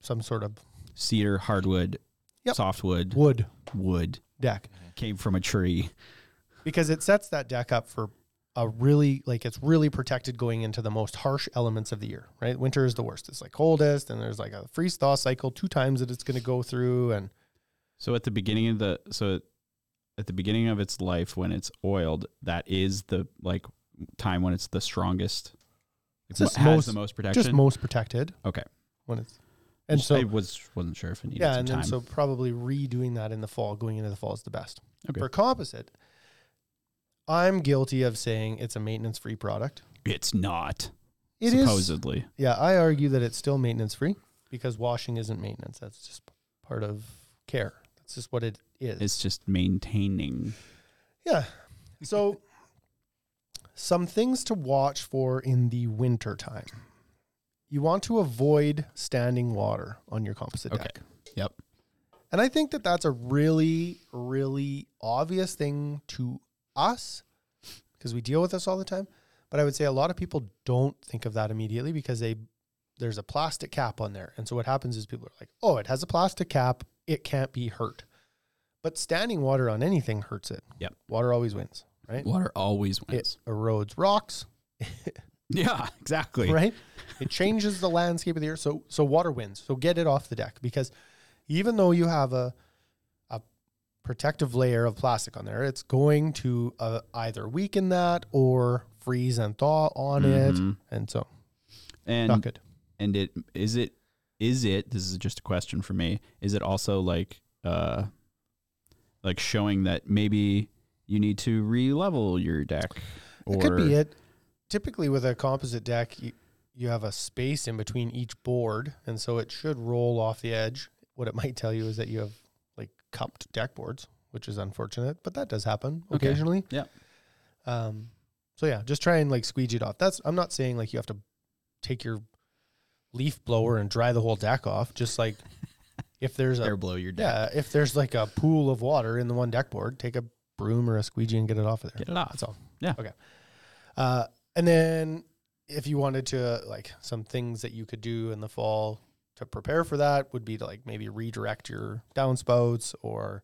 [SPEAKER 3] some sort of
[SPEAKER 2] Cedar, hardwood,
[SPEAKER 3] Yep.
[SPEAKER 2] softwood,
[SPEAKER 3] wood
[SPEAKER 2] wood
[SPEAKER 3] deck.
[SPEAKER 2] came from a tree.
[SPEAKER 3] because it sets that deck up for a really like it's really protected going into the most harsh elements of the year right winter is the worst it's like coldest and there's like a freeze thaw cycle two times that it's going to go through and
[SPEAKER 2] So at the beginning of the so at the beginning of its life when it's oiled, that is the like time when it's the strongest. It
[SPEAKER 3] Just
[SPEAKER 2] has
[SPEAKER 3] most-
[SPEAKER 2] the most protection.
[SPEAKER 3] just most protected
[SPEAKER 2] okay.
[SPEAKER 3] when it's and
[SPEAKER 2] I
[SPEAKER 3] so
[SPEAKER 2] was wasn't sure if it needed
[SPEAKER 3] yeah
[SPEAKER 2] some
[SPEAKER 3] and
[SPEAKER 2] time.
[SPEAKER 3] then so probably redoing that in the fall going into the fall is the best
[SPEAKER 2] Okay.
[SPEAKER 3] for composite i'm guilty of saying it's a maintenance free product
[SPEAKER 2] it's not
[SPEAKER 3] It is.
[SPEAKER 2] supposedly.
[SPEAKER 3] Yeah, I argue that it's still maintenance free because washing isn't maintenance. That's just part of care. That's It's just what it is.
[SPEAKER 2] It's just maintaining.
[SPEAKER 3] Yeah. So some things to watch for in the winter time. You want to avoid standing water on your composite
[SPEAKER 2] Okay.
[SPEAKER 3] deck.
[SPEAKER 2] Yep.
[SPEAKER 3] And I think that that's a really really obvious thing to us because we deal with this all the time, but I would say a lot of people don't think of that immediately because they there's a plastic cap on there. And so what happens is people are like, "Oh, it has a plastic cap, it can't be hurt." But standing water on anything hurts it.
[SPEAKER 2] Yep.
[SPEAKER 3] Water always wins, right?
[SPEAKER 2] Water always
[SPEAKER 3] It
[SPEAKER 2] wins.
[SPEAKER 3] erodes rocks,
[SPEAKER 2] yeah, exactly.
[SPEAKER 3] right? it changes the landscape of the earth. So so water wins. So get it off the deck because even though you have a a protective layer of plastic on there, it's going to uh, either weaken that or freeze and thaw on it,
[SPEAKER 2] Mhm.
[SPEAKER 3] and so not
[SPEAKER 2] And
[SPEAKER 3] good.
[SPEAKER 2] and it is it is it this is just a question for me. Is it also like uh like showing that maybe you need to re-level your deck or
[SPEAKER 3] It could be it. Typically, with a composite deck, you, you have a space in between each board, and so it should roll off the edge. What it might tell you is that you have like cupped deck boards, which is unfortunate, but that does happen
[SPEAKER 2] Okay.
[SPEAKER 3] occasionally.
[SPEAKER 2] Yeah.
[SPEAKER 3] Um. So yeah, just try and like squeegee it off. That's I'm not saying like you have to take your leaf blower and dry the whole deck off. Just like if there's a
[SPEAKER 2] air blow your deck.
[SPEAKER 3] yeah, if there's like a pool of water in the one deck board, take a broom or a squeegee and get it off of there.
[SPEAKER 2] Get it off.
[SPEAKER 3] That's all.
[SPEAKER 2] Yeah.
[SPEAKER 3] Okay. Uh, and then if you wanted to, uh, like, some things that you could do in the fall to prepare for that would be to, like, maybe redirect your downspouts or,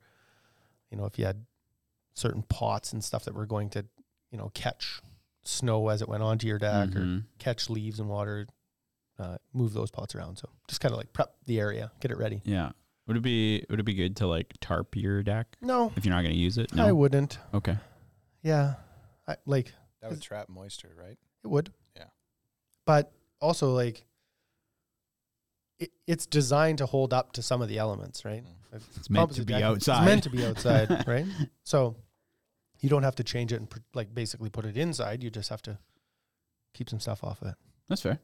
[SPEAKER 3] you know, if you had certain pots and stuff that were going to, you know, catch snow as it went onto your deck or
[SPEAKER 2] Mhm.
[SPEAKER 3] catch leaves and water, uh, move those pots around. So just kind of like prep the area, get it ready.
[SPEAKER 2] Yeah. Would it be would it be good to like tarp your deck
[SPEAKER 3] No,
[SPEAKER 2] if you're not going to use it?
[SPEAKER 3] I
[SPEAKER 2] No.
[SPEAKER 3] wouldn't.
[SPEAKER 2] okay.
[SPEAKER 3] Yeah. I, like
[SPEAKER 4] That would
[SPEAKER 3] Is-
[SPEAKER 4] trap moisture, right?
[SPEAKER 3] it would.
[SPEAKER 4] Yeah.
[SPEAKER 3] But also like it, it's designed to hold up to some of the elements,
[SPEAKER 4] Mm-hmm.
[SPEAKER 3] right?
[SPEAKER 4] Hmm.
[SPEAKER 2] It's meant to
[SPEAKER 3] Composite
[SPEAKER 2] be
[SPEAKER 3] deck,
[SPEAKER 2] outside.
[SPEAKER 3] It's meant to be outside, right? So you don't have to change it and pr- like basically put it inside. You just have to keep some stuff off of it.
[SPEAKER 2] That's fair.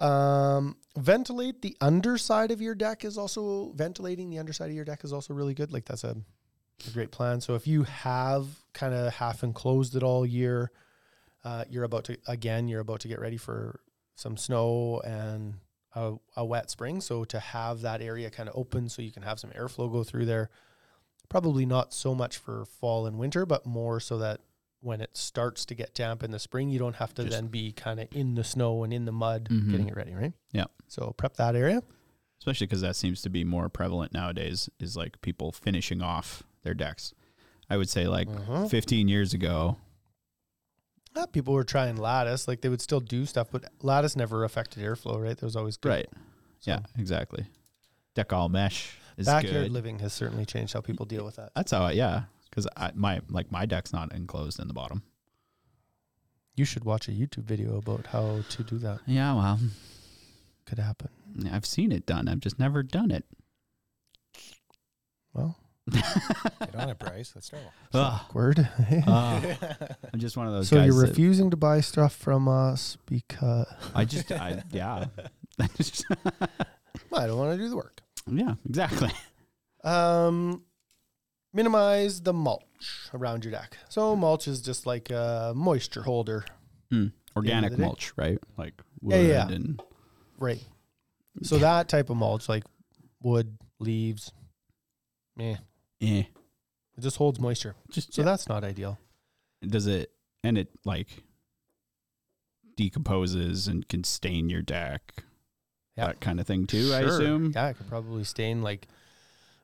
[SPEAKER 3] Um, ventilate the underside of your deck is also ventilating the underside of your deck is also really good. Like that's a, a great plan. So if you have kind of half enclosed it all year, uh, you're about to again you're about to get ready for some snow and a, a wet spring. So to have that area kind of open so you can have some airflow go through there. Probably not so much for fall and winter, but more so that when it starts to get damp in the spring, you don't have to
[SPEAKER 2] Just-
[SPEAKER 3] then be kind of in the snow and in the mud
[SPEAKER 2] Mhm.
[SPEAKER 3] getting it ready, right?
[SPEAKER 2] Yeah.
[SPEAKER 3] So prep that area.
[SPEAKER 2] especially because that seems to be more prevalent nowadays is like people finishing off their decks i would say like
[SPEAKER 3] Mhm.
[SPEAKER 2] 15 years ago
[SPEAKER 3] Not people were trying lattice, like they would still do stuff, but lattice never affected airflow, right? There was always good.
[SPEAKER 2] right yeah exactly deck all mesh is
[SPEAKER 3] Backyard
[SPEAKER 2] good
[SPEAKER 3] living has certainly changed how people deal with that.
[SPEAKER 2] that's how I, yeah because I, my like my deck's not enclosed in the bottom
[SPEAKER 3] You should watch a YouTube video about how to do that.
[SPEAKER 2] yeah well
[SPEAKER 3] Could happen.
[SPEAKER 2] i've seen it done i've just never done it
[SPEAKER 3] Well,
[SPEAKER 4] Get on it, Bryce. Let's go.
[SPEAKER 2] Ugh.
[SPEAKER 3] word.
[SPEAKER 2] Ugh. i'm just one of those
[SPEAKER 3] so
[SPEAKER 2] guys
[SPEAKER 3] you're
[SPEAKER 2] that-
[SPEAKER 3] refusing to buy stuff from us because
[SPEAKER 2] i just i yeah
[SPEAKER 3] Ah. well, I don't want to do the work.
[SPEAKER 2] yeah exactly
[SPEAKER 3] Um, minimize the mulch around your deck. So mulch is just like a moisture holder,
[SPEAKER 2] Mm. organic
[SPEAKER 3] the day.
[SPEAKER 2] mulch right like
[SPEAKER 3] Yeah,
[SPEAKER 2] wood
[SPEAKER 3] yeah.
[SPEAKER 2] and
[SPEAKER 3] right? So that type of mulch, like wood, leaves, meh,
[SPEAKER 2] eh.
[SPEAKER 3] it just holds moisture.
[SPEAKER 2] just
[SPEAKER 3] So that's not ideal.
[SPEAKER 2] does it and it like decomposes and can stain your deck
[SPEAKER 3] Yeah.
[SPEAKER 2] that kind of thing too i
[SPEAKER 3] Sure.
[SPEAKER 2] assume
[SPEAKER 3] Yeah, it could probably stain like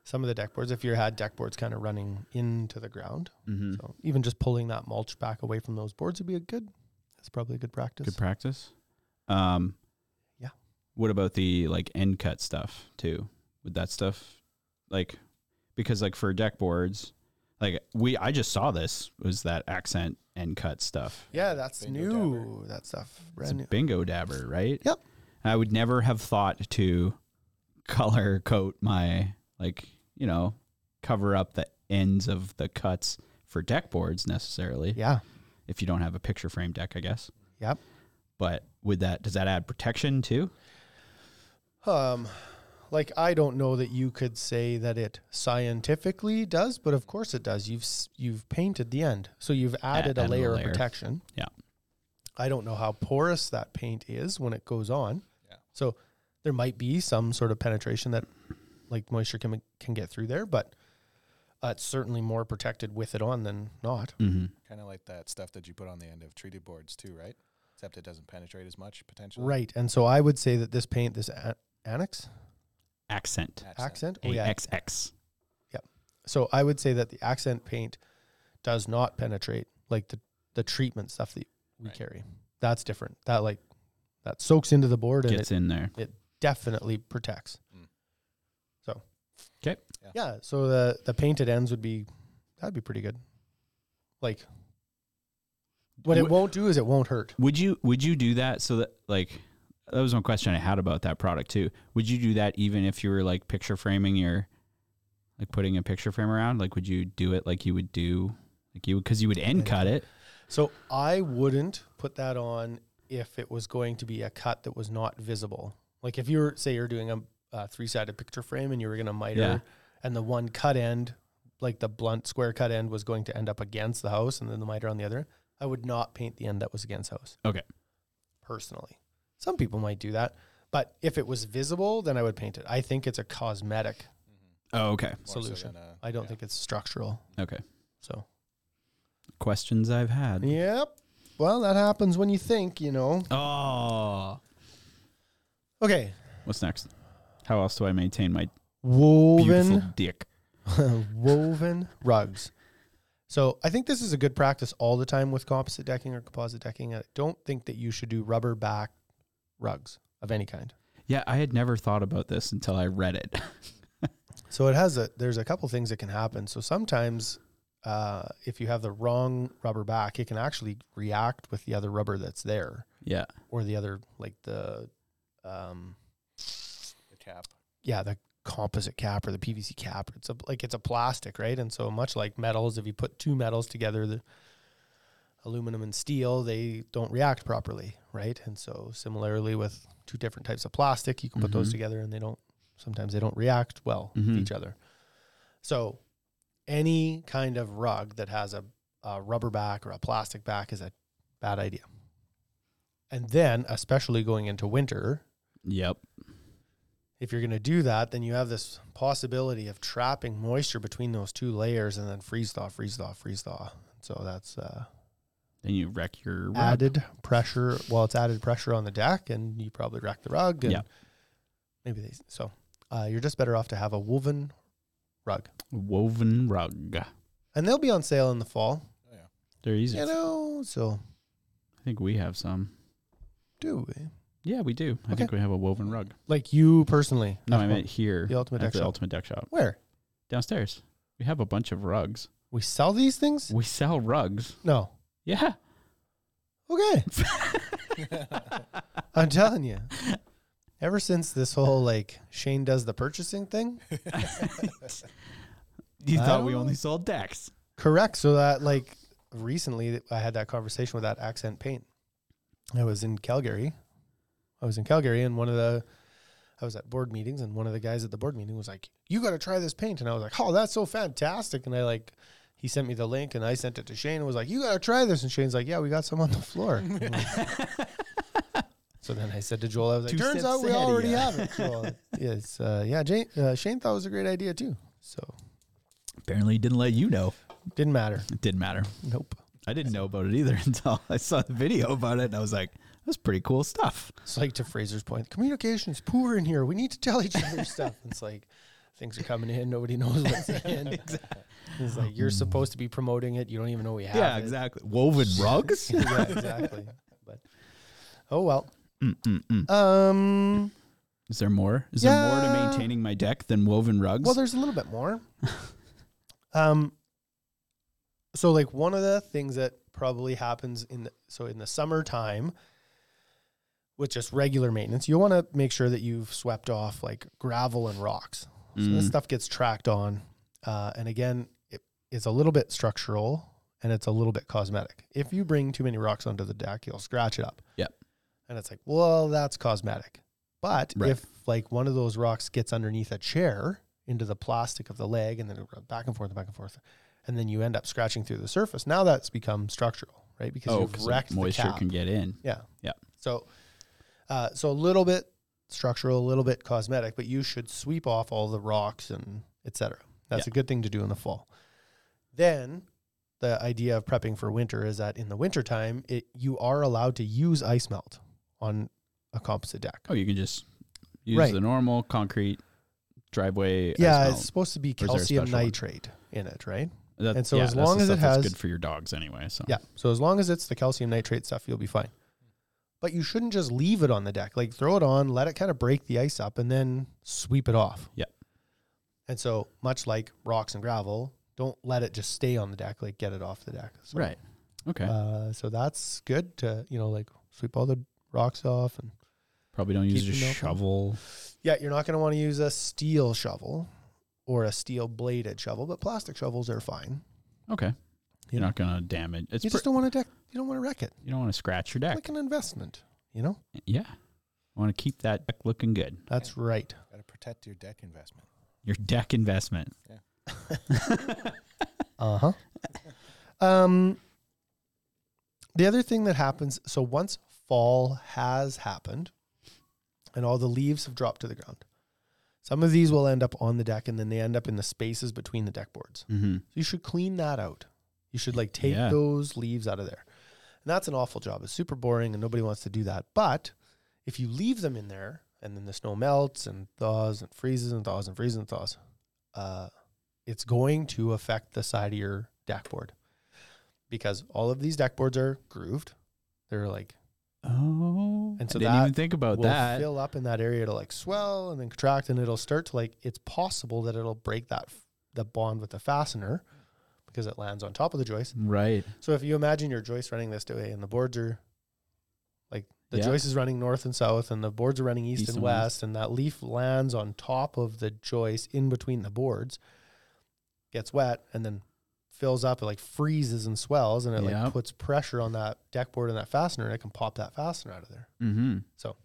[SPEAKER 3] some of the deck boards if you had deck boards kind of running into the ground.
[SPEAKER 2] mm-hmm.
[SPEAKER 3] So even just pulling that mulch back away from those boards would be a good. That's probably a good practice.
[SPEAKER 2] good practice um
[SPEAKER 3] Yeah.
[SPEAKER 2] what about the like end cut stuff too with that stuff like because like for deck boards like we i just saw this was that accent end cut stuff
[SPEAKER 3] yeah, that's
[SPEAKER 4] Bingo
[SPEAKER 3] new. That stuff
[SPEAKER 2] it's
[SPEAKER 3] brand new.
[SPEAKER 2] bingo dabber right
[SPEAKER 3] Yep.
[SPEAKER 2] i would never have thought to color coat my like you know cover up the ends of the cuts for deck boards necessarily
[SPEAKER 3] Yeah.
[SPEAKER 2] if you don't have a picture frame deck i guess
[SPEAKER 3] Yep.
[SPEAKER 2] but would that does that add protection too
[SPEAKER 3] Um, like I don't know that you could say that it scientifically does, but of course it does. You've s- you've painted the end, so you've added a
[SPEAKER 2] added a
[SPEAKER 3] layer of
[SPEAKER 2] layer.
[SPEAKER 3] protection.
[SPEAKER 2] Yeah.
[SPEAKER 3] I don't know how porous that paint is when it goes on.
[SPEAKER 4] Yeah.
[SPEAKER 3] So there might be some sort of penetration that like moisture can can get through there, but uh, it's certainly more protected with it on than not.
[SPEAKER 2] Mm-hmm.
[SPEAKER 4] Kind of like that stuff that you put on the end of treated boards too, right? Except it doesn't penetrate as much potentially.
[SPEAKER 3] Right. And so I would say that this paint, this a- annex
[SPEAKER 2] Accent.
[SPEAKER 4] Accent.
[SPEAKER 3] accent, oh yeah.
[SPEAKER 2] AXX.
[SPEAKER 3] So I would say that the accent paint does not penetrate like the the treatment stuff that we
[SPEAKER 4] Right.
[SPEAKER 3] carry. That's different. That like that soaks into the board and it
[SPEAKER 2] Gets in there.
[SPEAKER 3] definitely protects.
[SPEAKER 4] Mm.
[SPEAKER 3] So,
[SPEAKER 2] 'Kay.
[SPEAKER 4] Yeah.
[SPEAKER 3] Yeah. So the the painted ends would be that'd be pretty good. Like, what it
[SPEAKER 2] W-
[SPEAKER 3] won't do is it won't hurt.
[SPEAKER 2] Would you would you do that so that like that was one question I had about that product too. Would you do that even if you were like picture framing your like putting a picture frame around? Like would you do it like you would do like you because you would end cut it?
[SPEAKER 3] So I wouldn't put that on if it was going to be a cut that was not visible. Like if you were say you're doing a, uh three sided picture frame and you were going to miter,
[SPEAKER 2] Yeah.
[SPEAKER 3] and the one cut end, like the blunt square cut end, was going to end up against the house, and then the miter on the other. I would not paint the end that was against house.
[SPEAKER 2] Okay.
[SPEAKER 3] Personally, some people might do that, but if it was visible, then I would paint it. I think it's a cosmetic.
[SPEAKER 2] Oh, okay.
[SPEAKER 4] More so
[SPEAKER 3] Solution.
[SPEAKER 4] than a-
[SPEAKER 3] I don't
[SPEAKER 4] yeah.
[SPEAKER 3] think it's structural.
[SPEAKER 2] Okay.
[SPEAKER 3] So.
[SPEAKER 2] Questions I've had.
[SPEAKER 3] Yep. Well, that happens when you think, you know.
[SPEAKER 2] Oh.
[SPEAKER 3] Okay.
[SPEAKER 2] What's next? How else do I maintain my beautiful
[SPEAKER 3] woven
[SPEAKER 2] dick?
[SPEAKER 3] woven rugs. So I think this is a good practice all the time with composite decking or composite decking. I don't think that you should do rubber back rugs of any kind.
[SPEAKER 2] Yeah, I had never thought about this until I read it.
[SPEAKER 3] So it has a there's a couple things that can happen. So sometimes uh, if you have the wrong rubber back, it can actually react with the other rubber that's there
[SPEAKER 2] yeah.
[SPEAKER 3] or the other like the um,
[SPEAKER 4] The cap.
[SPEAKER 3] yeah, the composite cap or the PVC cap. It's a like it's a plastic, right? And so much like metals, if you put two metals together, the aluminum and steel, they don't react properly, right? And so similarly with two different types of plastic, you can put those
[SPEAKER 2] Mhm.
[SPEAKER 3] together and they don't sometimes they don't react well
[SPEAKER 2] Mhm.
[SPEAKER 3] with each other. So any kind of rug that has a, a rubber back or a plastic back is a bad idea. And then, especially going into winter,
[SPEAKER 2] Yep.
[SPEAKER 3] if you're going to do that, then you have this possibility of trapping moisture between those two layers and then freeze thaw, freeze thaw, freeze thaw. So that's uh,
[SPEAKER 2] Then you wreck your rug.
[SPEAKER 3] added pressure. Well, it's added pressure on the deck, and you probably wreck the rug. And
[SPEAKER 2] Yeah.
[SPEAKER 3] Maybe they. So uh, you're just better off to have a woven rug,
[SPEAKER 2] woven rug.
[SPEAKER 3] and they'll be on sale in the fall.
[SPEAKER 4] Oh,
[SPEAKER 2] They're easy.
[SPEAKER 3] You know, so
[SPEAKER 2] I think we have some.
[SPEAKER 3] do we?
[SPEAKER 2] Yeah, we do. I
[SPEAKER 3] Okay.
[SPEAKER 2] think we have a woven rug.
[SPEAKER 3] Like you personally?
[SPEAKER 2] No,
[SPEAKER 3] have
[SPEAKER 2] I
[SPEAKER 3] one?
[SPEAKER 2] meant here.
[SPEAKER 3] the Ultimate
[SPEAKER 2] at
[SPEAKER 3] Deck
[SPEAKER 2] the
[SPEAKER 3] Shop.
[SPEAKER 2] Ultimate Deck Shop.
[SPEAKER 3] where
[SPEAKER 2] Downstairs. We have a bunch of rugs.
[SPEAKER 3] we sell these things?
[SPEAKER 2] We sell rugs.
[SPEAKER 3] No.
[SPEAKER 2] Yeah.
[SPEAKER 3] Okay. I'm telling you. Ever since this whole like Shane does the purchasing thing,
[SPEAKER 2] you
[SPEAKER 3] I
[SPEAKER 2] thought we
[SPEAKER 3] don't-
[SPEAKER 2] only sold decks.
[SPEAKER 3] correct? So that like recently that I had that conversation with that accent paint. I was in Calgary. I was in Calgary and one of the I was at board meetings and one of the guys at the board meeting was like, "You got to try this paint." And I was like, "Oh, that's so fantastic." And I like he sent me the link and I sent it to Shane and was like, "You got to try this." And Shane's like, "Yeah, we got some on the floor." I'm like- so then I said to Joel, I was like,
[SPEAKER 2] Two
[SPEAKER 3] "Turns
[SPEAKER 2] steps
[SPEAKER 3] out we
[SPEAKER 2] ahead of
[SPEAKER 3] already
[SPEAKER 2] ya."
[SPEAKER 3] have it." Joel. yeah, it's, uh, yeah, Jane, uh, Shane thought it was a great idea too. So,
[SPEAKER 2] Apparently it didn't let you know.
[SPEAKER 3] didn't matter.
[SPEAKER 2] It didn't matter.
[SPEAKER 3] Nope.
[SPEAKER 2] I didn't know about it either until I saw the video about it and I was like, that's pretty cool stuff.
[SPEAKER 3] It's like to Fraser's point, communication's poor in here. We need to tell each other stuff. It's like things are coming in, nobody knows what's in. It's like you're supposed to be promoting it, you don't even know we have
[SPEAKER 2] Yeah,
[SPEAKER 3] it.
[SPEAKER 2] exactly. Woven rugs?
[SPEAKER 3] yeah, exactly. But oh well.
[SPEAKER 2] Mm, mm, mm.
[SPEAKER 3] Um
[SPEAKER 2] Is there more? Is there more
[SPEAKER 3] Yeah.
[SPEAKER 2] to maintaining my deck than woven rugs?
[SPEAKER 3] well there's a little bit more. um so like one of the things that probably happens in the, so in the summertime with just regular maintenance, you'll want to make sure that you've swept off like gravel and rocks. So this
[SPEAKER 2] Mm.
[SPEAKER 3] stuff gets tracked on. Uh, and again, it is a little bit structural and it's a little bit cosmetic. If you bring too many rocks onto the deck, you'll scratch it up.
[SPEAKER 2] Yep.
[SPEAKER 3] And it's like, well, that's cosmetic. But
[SPEAKER 2] Right.
[SPEAKER 3] if like one of those rocks gets underneath a chair into the plastic of the leg and then it goes back and forth and back and forth, and then you end up scratching through the surface, now that's become structural, right? Because
[SPEAKER 2] Oh,
[SPEAKER 3] you've wrecked
[SPEAKER 2] because
[SPEAKER 3] the
[SPEAKER 2] moisture
[SPEAKER 3] cap.
[SPEAKER 2] can get in.
[SPEAKER 3] Yeah.
[SPEAKER 2] Yeah.
[SPEAKER 3] So, uh, so a little bit structural, a little bit cosmetic, but you should sweep off all the rocks and etc. That's
[SPEAKER 2] Yeah.
[SPEAKER 3] a good thing to do in the fall. Then the idea of prepping for winter is that in the wintertime, it you are allowed to use ice melt on a composite deck.
[SPEAKER 2] Oh, you can just use
[SPEAKER 3] Right.
[SPEAKER 2] the normal concrete driveway. ice
[SPEAKER 3] yeah,
[SPEAKER 2] melt.
[SPEAKER 3] it's supposed to
[SPEAKER 2] Or
[SPEAKER 3] be
[SPEAKER 2] is there a
[SPEAKER 3] calcium
[SPEAKER 2] special one?
[SPEAKER 3] nitrate in it, right?
[SPEAKER 2] That-
[SPEAKER 3] and so as
[SPEAKER 2] that's the
[SPEAKER 3] long as it
[SPEAKER 2] stuff that's
[SPEAKER 3] has-
[SPEAKER 2] good for your dogs anyway. So
[SPEAKER 3] Yeah. So as long as it's the calcium nitrate stuff, you'll be fine. But you shouldn't just leave it on the deck. Like throw it on, let it kind of break the ice up, and then sweep it off.
[SPEAKER 2] Yeah.
[SPEAKER 3] And so much like rocks and gravel, don't let it just stay on the deck. Like get it off the deck. So,
[SPEAKER 2] right. Okay.
[SPEAKER 3] Uh, so that's good to you know like sweep all the rocks off and
[SPEAKER 2] Probably don't use a
[SPEAKER 3] keep them open.
[SPEAKER 2] shovel.
[SPEAKER 3] yeah, you're not going to want to use a steel shovel or a steel bladed shovel, but plastic shovels are fine.
[SPEAKER 2] Okay. You're
[SPEAKER 3] know.
[SPEAKER 2] not gonna damage. It's
[SPEAKER 3] you
[SPEAKER 2] pre-
[SPEAKER 3] just don't want to deck. You don't want to wreck it.
[SPEAKER 2] you don't want to scratch your deck.
[SPEAKER 3] Like an investment, you know.
[SPEAKER 2] yeah. Want to keep that deck looking good.
[SPEAKER 3] That's right.
[SPEAKER 4] Got to protect your deck investment.
[SPEAKER 2] Your deck investment.
[SPEAKER 3] Uh huh. um, the other thing that happens so once fall has happened and all the leaves have dropped to the ground, some of these will end up on the deck and then they end up in the spaces between the deck boards.
[SPEAKER 2] Mm-hmm.
[SPEAKER 3] So you should clean that out. You should like take
[SPEAKER 2] Yeah.
[SPEAKER 3] those leaves out of there. And that's an awful job. It's super boring and nobody wants to do that. But if you leave them in there and then the snow melts and thaws and freezes and thaws and freezes and thaws, uh, it's going to affect the side of your deck board because all of these deck boards are grooved. They're like
[SPEAKER 2] Oh.
[SPEAKER 3] And so
[SPEAKER 2] I didn't
[SPEAKER 3] that
[SPEAKER 2] even think about
[SPEAKER 3] will
[SPEAKER 2] that.
[SPEAKER 3] fill up in that area to like swell and then contract and it'll start to like it's possible that it'll break that f- the bond with the fastener because it lands on top of the joist.
[SPEAKER 2] right.
[SPEAKER 3] So if you imagine your joist running this way and the boards are like the
[SPEAKER 2] Yeah.
[SPEAKER 3] joist is running north and south and the boards are running east,
[SPEAKER 2] East
[SPEAKER 3] and
[SPEAKER 2] and
[SPEAKER 3] west,
[SPEAKER 2] west.
[SPEAKER 3] and that leaf lands on top of the joist in between the boards, gets wet and then fills up, it like freezes and swells and it
[SPEAKER 2] Yeah.
[SPEAKER 3] like puts pressure on that deck board and that fastener and it can pop that fastener out of there.
[SPEAKER 2] Mm-hmm.
[SPEAKER 3] So-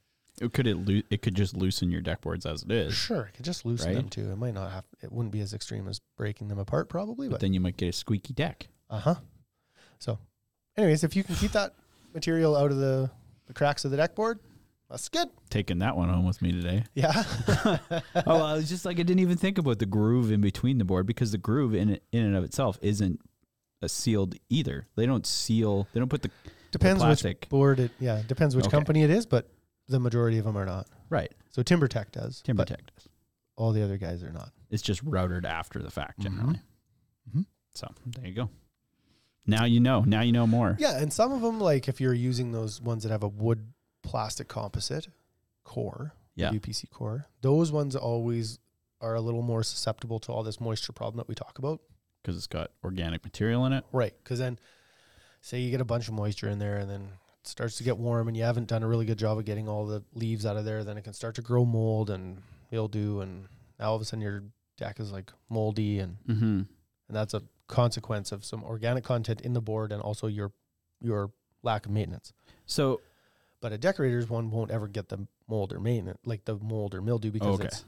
[SPEAKER 2] it could it loo- it could just loosen your deck boards as it is,
[SPEAKER 3] Sure, it could just loosen
[SPEAKER 2] Right?
[SPEAKER 3] them too. It might not have it wouldn't be as extreme as breaking them apart probably,
[SPEAKER 2] but
[SPEAKER 3] but,
[SPEAKER 2] then you might get a squeaky deck.
[SPEAKER 3] uh-huh. So anyways, if you can keep that material out of the, the cracks of the deck board, that's good.
[SPEAKER 2] Taking that one home with me today.
[SPEAKER 3] Yeah.
[SPEAKER 2] oh, I was just like I didn't even think about the groove in between the board because the groove in it, in and of itself isn't uh, sealed either. They don't seal. They don't put the
[SPEAKER 3] depends which
[SPEAKER 2] plastic.
[SPEAKER 3] board it yeah, depends which
[SPEAKER 2] Okay.
[SPEAKER 3] company it is, but the majority of them are not.
[SPEAKER 2] right
[SPEAKER 3] So TimberTech does.
[SPEAKER 2] timber
[SPEAKER 3] but
[SPEAKER 2] tech. does.
[SPEAKER 3] all the other guys are not.
[SPEAKER 2] It's just routed after the fact
[SPEAKER 3] Mm-hmm.
[SPEAKER 2] generally.
[SPEAKER 3] Mhm.
[SPEAKER 2] So there you go. Now you know. Now you know more.
[SPEAKER 3] Yeah, and some of them like if you're using those ones that have a wood plastic composite core,
[SPEAKER 2] Yeah.
[SPEAKER 3] WPC core, those ones always are a little more susceptible to all this moisture problem that we talk about.
[SPEAKER 2] because it's got organic material in it.
[SPEAKER 3] Right. Because then, say you get a bunch of moisture in there and then it starts to get warm and you haven't done a really good job of getting all the leaves out of there, then it can start to grow mold and mildew. And now all of a sudden your deck is like moldy. And,
[SPEAKER 2] Mm-hmm.
[SPEAKER 3] and that's a consequence of some organic content in the board and also your your lack of maintenance.
[SPEAKER 2] So
[SPEAKER 3] But a decorator's one won't ever get the mold or maintenance, like the mold or mildew because
[SPEAKER 2] Okay.
[SPEAKER 3] it's,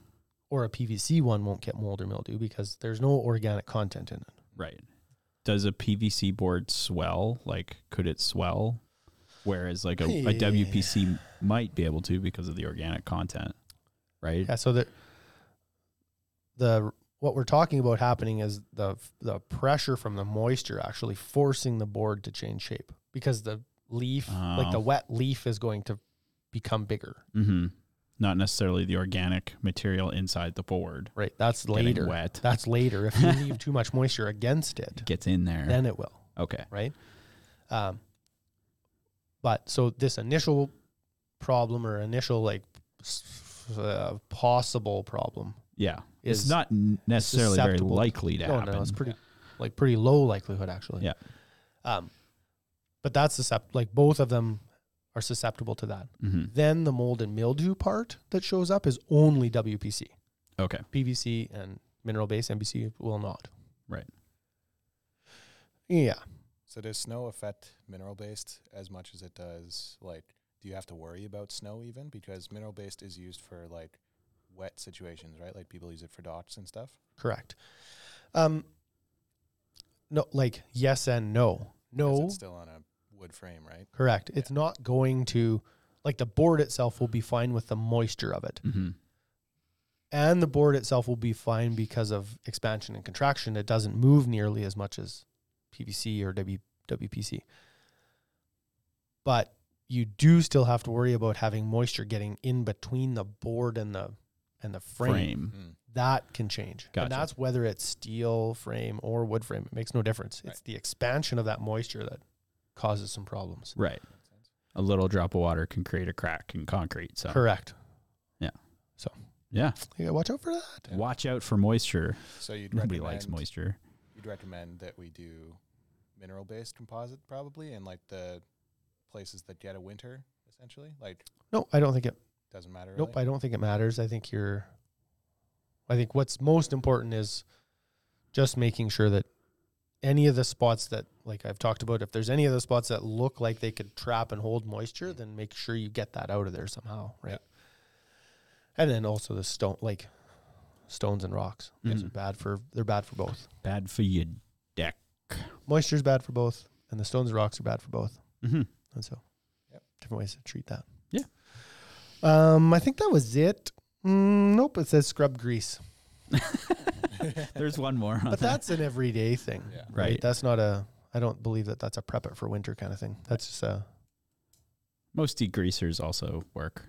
[SPEAKER 3] or a PVC one won't get mold or mildew because there's no organic content in it.
[SPEAKER 2] right, does a PVC board swell? Like, could it swell? Whereas like a, a
[SPEAKER 3] Yeah.
[SPEAKER 2] WPC might be able to because of the organic content, right?
[SPEAKER 3] Yeah. So the the what we're talking about happening is the the pressure from the moisture actually forcing the board to change shape because the leaf, like the
[SPEAKER 2] Oh.
[SPEAKER 3] wet leaf, is going to become bigger.
[SPEAKER 2] Mm-hmm. Not necessarily the organic material inside the board
[SPEAKER 3] Right. That's
[SPEAKER 2] Getting
[SPEAKER 3] later.
[SPEAKER 2] wet.
[SPEAKER 3] That's later. If you leave too much moisture against it,
[SPEAKER 2] gets in there.
[SPEAKER 3] then it will.
[SPEAKER 2] okay.
[SPEAKER 3] Right. Um, but so this initial problem or initial like s- uh, possible problem
[SPEAKER 2] Yeah. It's
[SPEAKER 3] Is
[SPEAKER 2] not n- necessarily very
[SPEAKER 3] susceptible to-
[SPEAKER 2] likely to
[SPEAKER 3] Oh, no,
[SPEAKER 2] happen.
[SPEAKER 3] No, it's pretty like pretty low likelihood actually.
[SPEAKER 2] Yeah.
[SPEAKER 3] Um, but that's susceptible. Like both of them are susceptible to that.
[SPEAKER 2] hmm
[SPEAKER 3] Then the mold and mildew part that shows up is only WPC,
[SPEAKER 2] Okay.
[SPEAKER 3] PVC, and mineral based MBC will not.
[SPEAKER 2] Right.
[SPEAKER 3] Yeah.
[SPEAKER 4] So does snow affect mineral based as much as it does like do you have to worry about snow even? Because mineral based is used for like wet situations, right? Like people use it for docks and stuff.
[SPEAKER 3] Correct. Um, no, like yes and no.
[SPEAKER 4] 'cause
[SPEAKER 3] No,
[SPEAKER 4] It's still on a wood frame, right?
[SPEAKER 3] correct. It's not going to, like the board itself will be fine with the moisture of it,
[SPEAKER 2] Mm-hmm.
[SPEAKER 3] and the board itself will be fine because of expansion and contraction. It doesn't move nearly as much as PVC or w, WPC. But you do still have to worry about having moisture getting in between the board and the and the
[SPEAKER 2] Frame.
[SPEAKER 3] frame.
[SPEAKER 4] Hmm.
[SPEAKER 3] that can change.
[SPEAKER 2] Gotcha.
[SPEAKER 3] And that's whether it's steel frame or wood frame. It makes no difference. It's the expansion of that moisture that causes some problems.
[SPEAKER 2] Right. A little drop of water can create a crack in concrete. So
[SPEAKER 3] Correct.
[SPEAKER 2] yeah,
[SPEAKER 3] You gotta watch out for that.
[SPEAKER 4] Yeah.
[SPEAKER 2] watch out for moisture.
[SPEAKER 4] So you'd
[SPEAKER 2] Nobody
[SPEAKER 4] recommend,
[SPEAKER 2] likes moisture.
[SPEAKER 4] You'd recommend that we do mineral based composite probably in like the places that get a winter essentially. Like
[SPEAKER 3] No, I don't think it
[SPEAKER 4] doesn't matter. Really.
[SPEAKER 3] nope, I don't think it matters. I think you're I think what's most important is just making sure that any of the spots that like I've talked about, if there's any of the spots that look like they could trap and hold moisture,
[SPEAKER 4] Mm.
[SPEAKER 3] then make sure you get that out of there somehow. Right.
[SPEAKER 4] Yeah.
[SPEAKER 3] And then also the stone like stones and rocks. Those
[SPEAKER 4] Mm.
[SPEAKER 3] are
[SPEAKER 2] Mhm.
[SPEAKER 3] bad for they're bad for both.
[SPEAKER 2] Bad for your deck.
[SPEAKER 3] Moisture's bad for both, and the stones and rocks are bad for both.
[SPEAKER 2] Mm-hmm.
[SPEAKER 3] And so,
[SPEAKER 4] Yep.
[SPEAKER 3] different ways to treat that.
[SPEAKER 2] Yeah.
[SPEAKER 3] Um, I think that was it. Mm, nope, it says scrub grease,
[SPEAKER 2] There's one more. On
[SPEAKER 3] but
[SPEAKER 2] that.
[SPEAKER 3] that's an everyday thing,
[SPEAKER 4] Yeah.
[SPEAKER 2] Uh-huh. right.
[SPEAKER 3] That's not a. I don't believe that that's a prep it for winter kind of thing. That's just a.
[SPEAKER 2] Most degreasers also work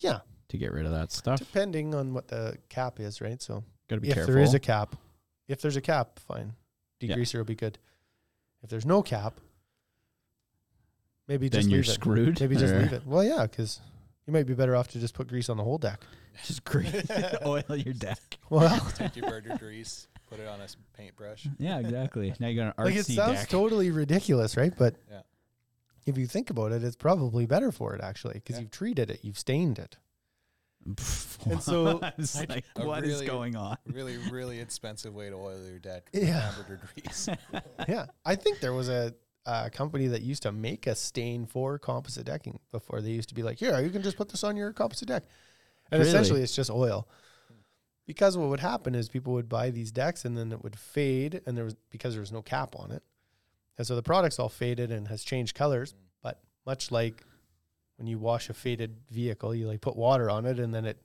[SPEAKER 3] Yeah,
[SPEAKER 2] to get rid of that stuff.
[SPEAKER 3] depending on what the cap is, right? So
[SPEAKER 2] Got to be
[SPEAKER 3] if
[SPEAKER 2] careful.
[SPEAKER 3] there is a cap, if there's a cap, fine.
[SPEAKER 2] Yeah.
[SPEAKER 3] Degreaser will be good. If there's no cap, maybe
[SPEAKER 2] Then
[SPEAKER 3] just
[SPEAKER 2] you're
[SPEAKER 3] leave it.
[SPEAKER 2] screwed,
[SPEAKER 3] Maybe just
[SPEAKER 2] or-
[SPEAKER 3] leave it. Well, yeah, because you might be better off to just put grease on the whole deck.
[SPEAKER 2] Just grease oil your deck.
[SPEAKER 3] Well,
[SPEAKER 4] Take your burger grease, put it on a s- paintbrush.
[SPEAKER 2] Yeah, exactly. Now you got an
[SPEAKER 3] like it
[SPEAKER 2] artsy
[SPEAKER 3] sounds
[SPEAKER 2] deck.
[SPEAKER 3] totally ridiculous, right? But
[SPEAKER 4] Yeah.
[SPEAKER 3] if you think about it, it's probably better for it actually because
[SPEAKER 4] Yeah.
[SPEAKER 3] you've treated it, you've stained it.
[SPEAKER 2] Pff,
[SPEAKER 3] And so,
[SPEAKER 2] I was
[SPEAKER 4] like,
[SPEAKER 2] like,
[SPEAKER 4] a
[SPEAKER 2] what is
[SPEAKER 4] really-
[SPEAKER 2] going on?
[SPEAKER 4] Really, really expensive way to oil your deck.
[SPEAKER 3] Yeah.
[SPEAKER 4] Hamburger grease.
[SPEAKER 3] yeah, I think there was a, a company that used to make a stain for composite decking before. They used to be like, "Here, you can just put this on your composite deck," and
[SPEAKER 2] Really?
[SPEAKER 3] essentially it's just oil. Because what would happen is people would buy these decks and then it would fade, and there was because there was no cap on it, and so the product's all faded and has changed colors. But much like when you wash a faded vehicle, you like put water on it, and then it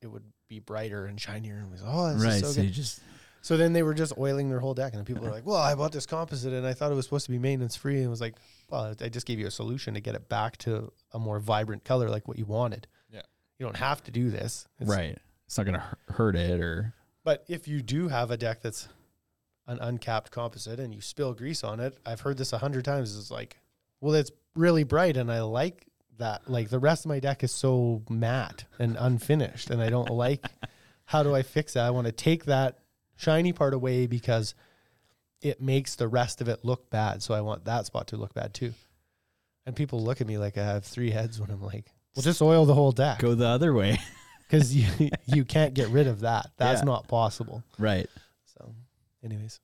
[SPEAKER 3] it would be brighter and shinier, and it was oh, this
[SPEAKER 2] Right.
[SPEAKER 3] is
[SPEAKER 2] So,
[SPEAKER 3] so good.
[SPEAKER 2] you just
[SPEAKER 3] So then they were just oiling their whole deck, and then people were like, "Well, I bought this composite, and I thought it was supposed to be maintenance free." And it was like, "Well, I just gave you a solution to get it back to a more vibrant color, like what you wanted.
[SPEAKER 4] Yeah.
[SPEAKER 3] you don't have to do this, It's-
[SPEAKER 2] right. It's not gonna hu- hurt it or
[SPEAKER 3] But if you do have a deck that's an uncapped composite and you spill grease on it, I've heard this a hundred times. It's like, well, it's really bright, and I like that. Like the rest of my deck is so matte and unfinished, and I don't like. How do I fix that? I want to take that shiny part away because it makes the rest of it look bad. So I want that spot to look bad too. And people look at me like I have three heads when I'm like, well, just oil the whole deck
[SPEAKER 2] go the other way.
[SPEAKER 3] because you you can't get rid of that. That's
[SPEAKER 2] Yeah.
[SPEAKER 3] not possible.
[SPEAKER 2] right.
[SPEAKER 3] So, anyways,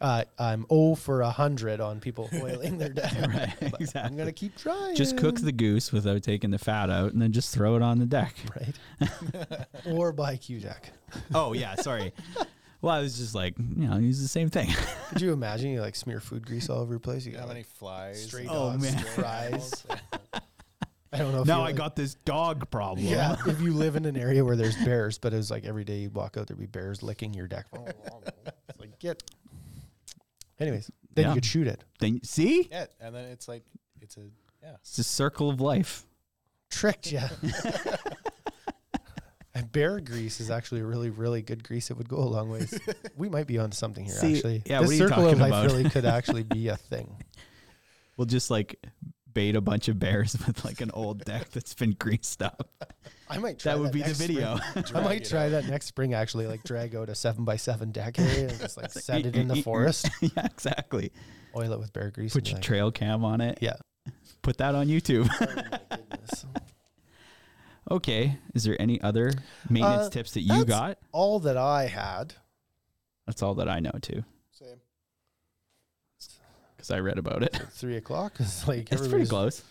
[SPEAKER 3] uh, I'm 0 for 100 on people oiling their deck.
[SPEAKER 2] Right.
[SPEAKER 3] But I'm
[SPEAKER 2] exactly.
[SPEAKER 3] going to keep trying.
[SPEAKER 2] just cook the goose without taking the fat out and then just throw it on the deck.
[SPEAKER 3] Right. or buy Q deck.
[SPEAKER 2] Oh yeah, sorry. well, I was just like, you know, use the same thing.
[SPEAKER 3] Could you imagine you like smear food grease all over your place? You
[SPEAKER 4] How
[SPEAKER 3] got
[SPEAKER 4] many
[SPEAKER 3] like,
[SPEAKER 4] flies?
[SPEAKER 3] stray
[SPEAKER 4] and
[SPEAKER 2] Oh,
[SPEAKER 3] dogs,
[SPEAKER 2] man.
[SPEAKER 4] stray
[SPEAKER 3] fries.
[SPEAKER 4] animals? Yeah.
[SPEAKER 3] I don't know. If
[SPEAKER 2] now
[SPEAKER 3] you,
[SPEAKER 2] I
[SPEAKER 3] like-
[SPEAKER 2] got this dog problem.
[SPEAKER 3] Yeah, if you live in an area where there's bears, but it was like every day you walk out, there'd be bears licking your deck. It's like get. Anyways, then
[SPEAKER 2] Yeah.
[SPEAKER 3] you could shoot it.
[SPEAKER 2] Then see,
[SPEAKER 4] yeah, and then it's like it's a yeah.
[SPEAKER 2] it's the circle of life.
[SPEAKER 3] Tricked you. and bear grease is actually a really, really good grease. It would go a long ways. We might be onto something here,
[SPEAKER 2] See,
[SPEAKER 3] actually.
[SPEAKER 2] yeah,
[SPEAKER 3] this
[SPEAKER 2] what are you
[SPEAKER 3] circle of
[SPEAKER 2] talking
[SPEAKER 3] life
[SPEAKER 2] about?
[SPEAKER 3] really could actually be a thing.
[SPEAKER 2] We'll just like bait a bunch of bears with like an old deck that's been greased up.
[SPEAKER 3] I might try
[SPEAKER 2] That
[SPEAKER 3] that
[SPEAKER 2] would be the
[SPEAKER 3] next spring.
[SPEAKER 2] video.
[SPEAKER 3] I
[SPEAKER 4] Drag
[SPEAKER 3] might
[SPEAKER 4] it
[SPEAKER 3] try
[SPEAKER 4] out.
[SPEAKER 3] that next spring, actually, like drag out a seven by seven deck area and just like set it in the forest,
[SPEAKER 2] yeah, exactly.
[SPEAKER 3] oil it with bear grease.
[SPEAKER 2] Put
[SPEAKER 3] and
[SPEAKER 2] your
[SPEAKER 3] like,
[SPEAKER 2] trail cam on it.
[SPEAKER 3] Yeah.
[SPEAKER 2] Put that on YouTube.
[SPEAKER 3] Oh goodness.
[SPEAKER 2] okay. Is there any other maintenance
[SPEAKER 3] Uh,
[SPEAKER 2] tips that you
[SPEAKER 3] that's-
[SPEAKER 2] got?
[SPEAKER 3] All that I had.
[SPEAKER 2] That's all that I know too,
[SPEAKER 4] Same.
[SPEAKER 2] because I read about it.
[SPEAKER 3] Three o'clock is like
[SPEAKER 2] It's pretty
[SPEAKER 3] everybody's
[SPEAKER 2] close.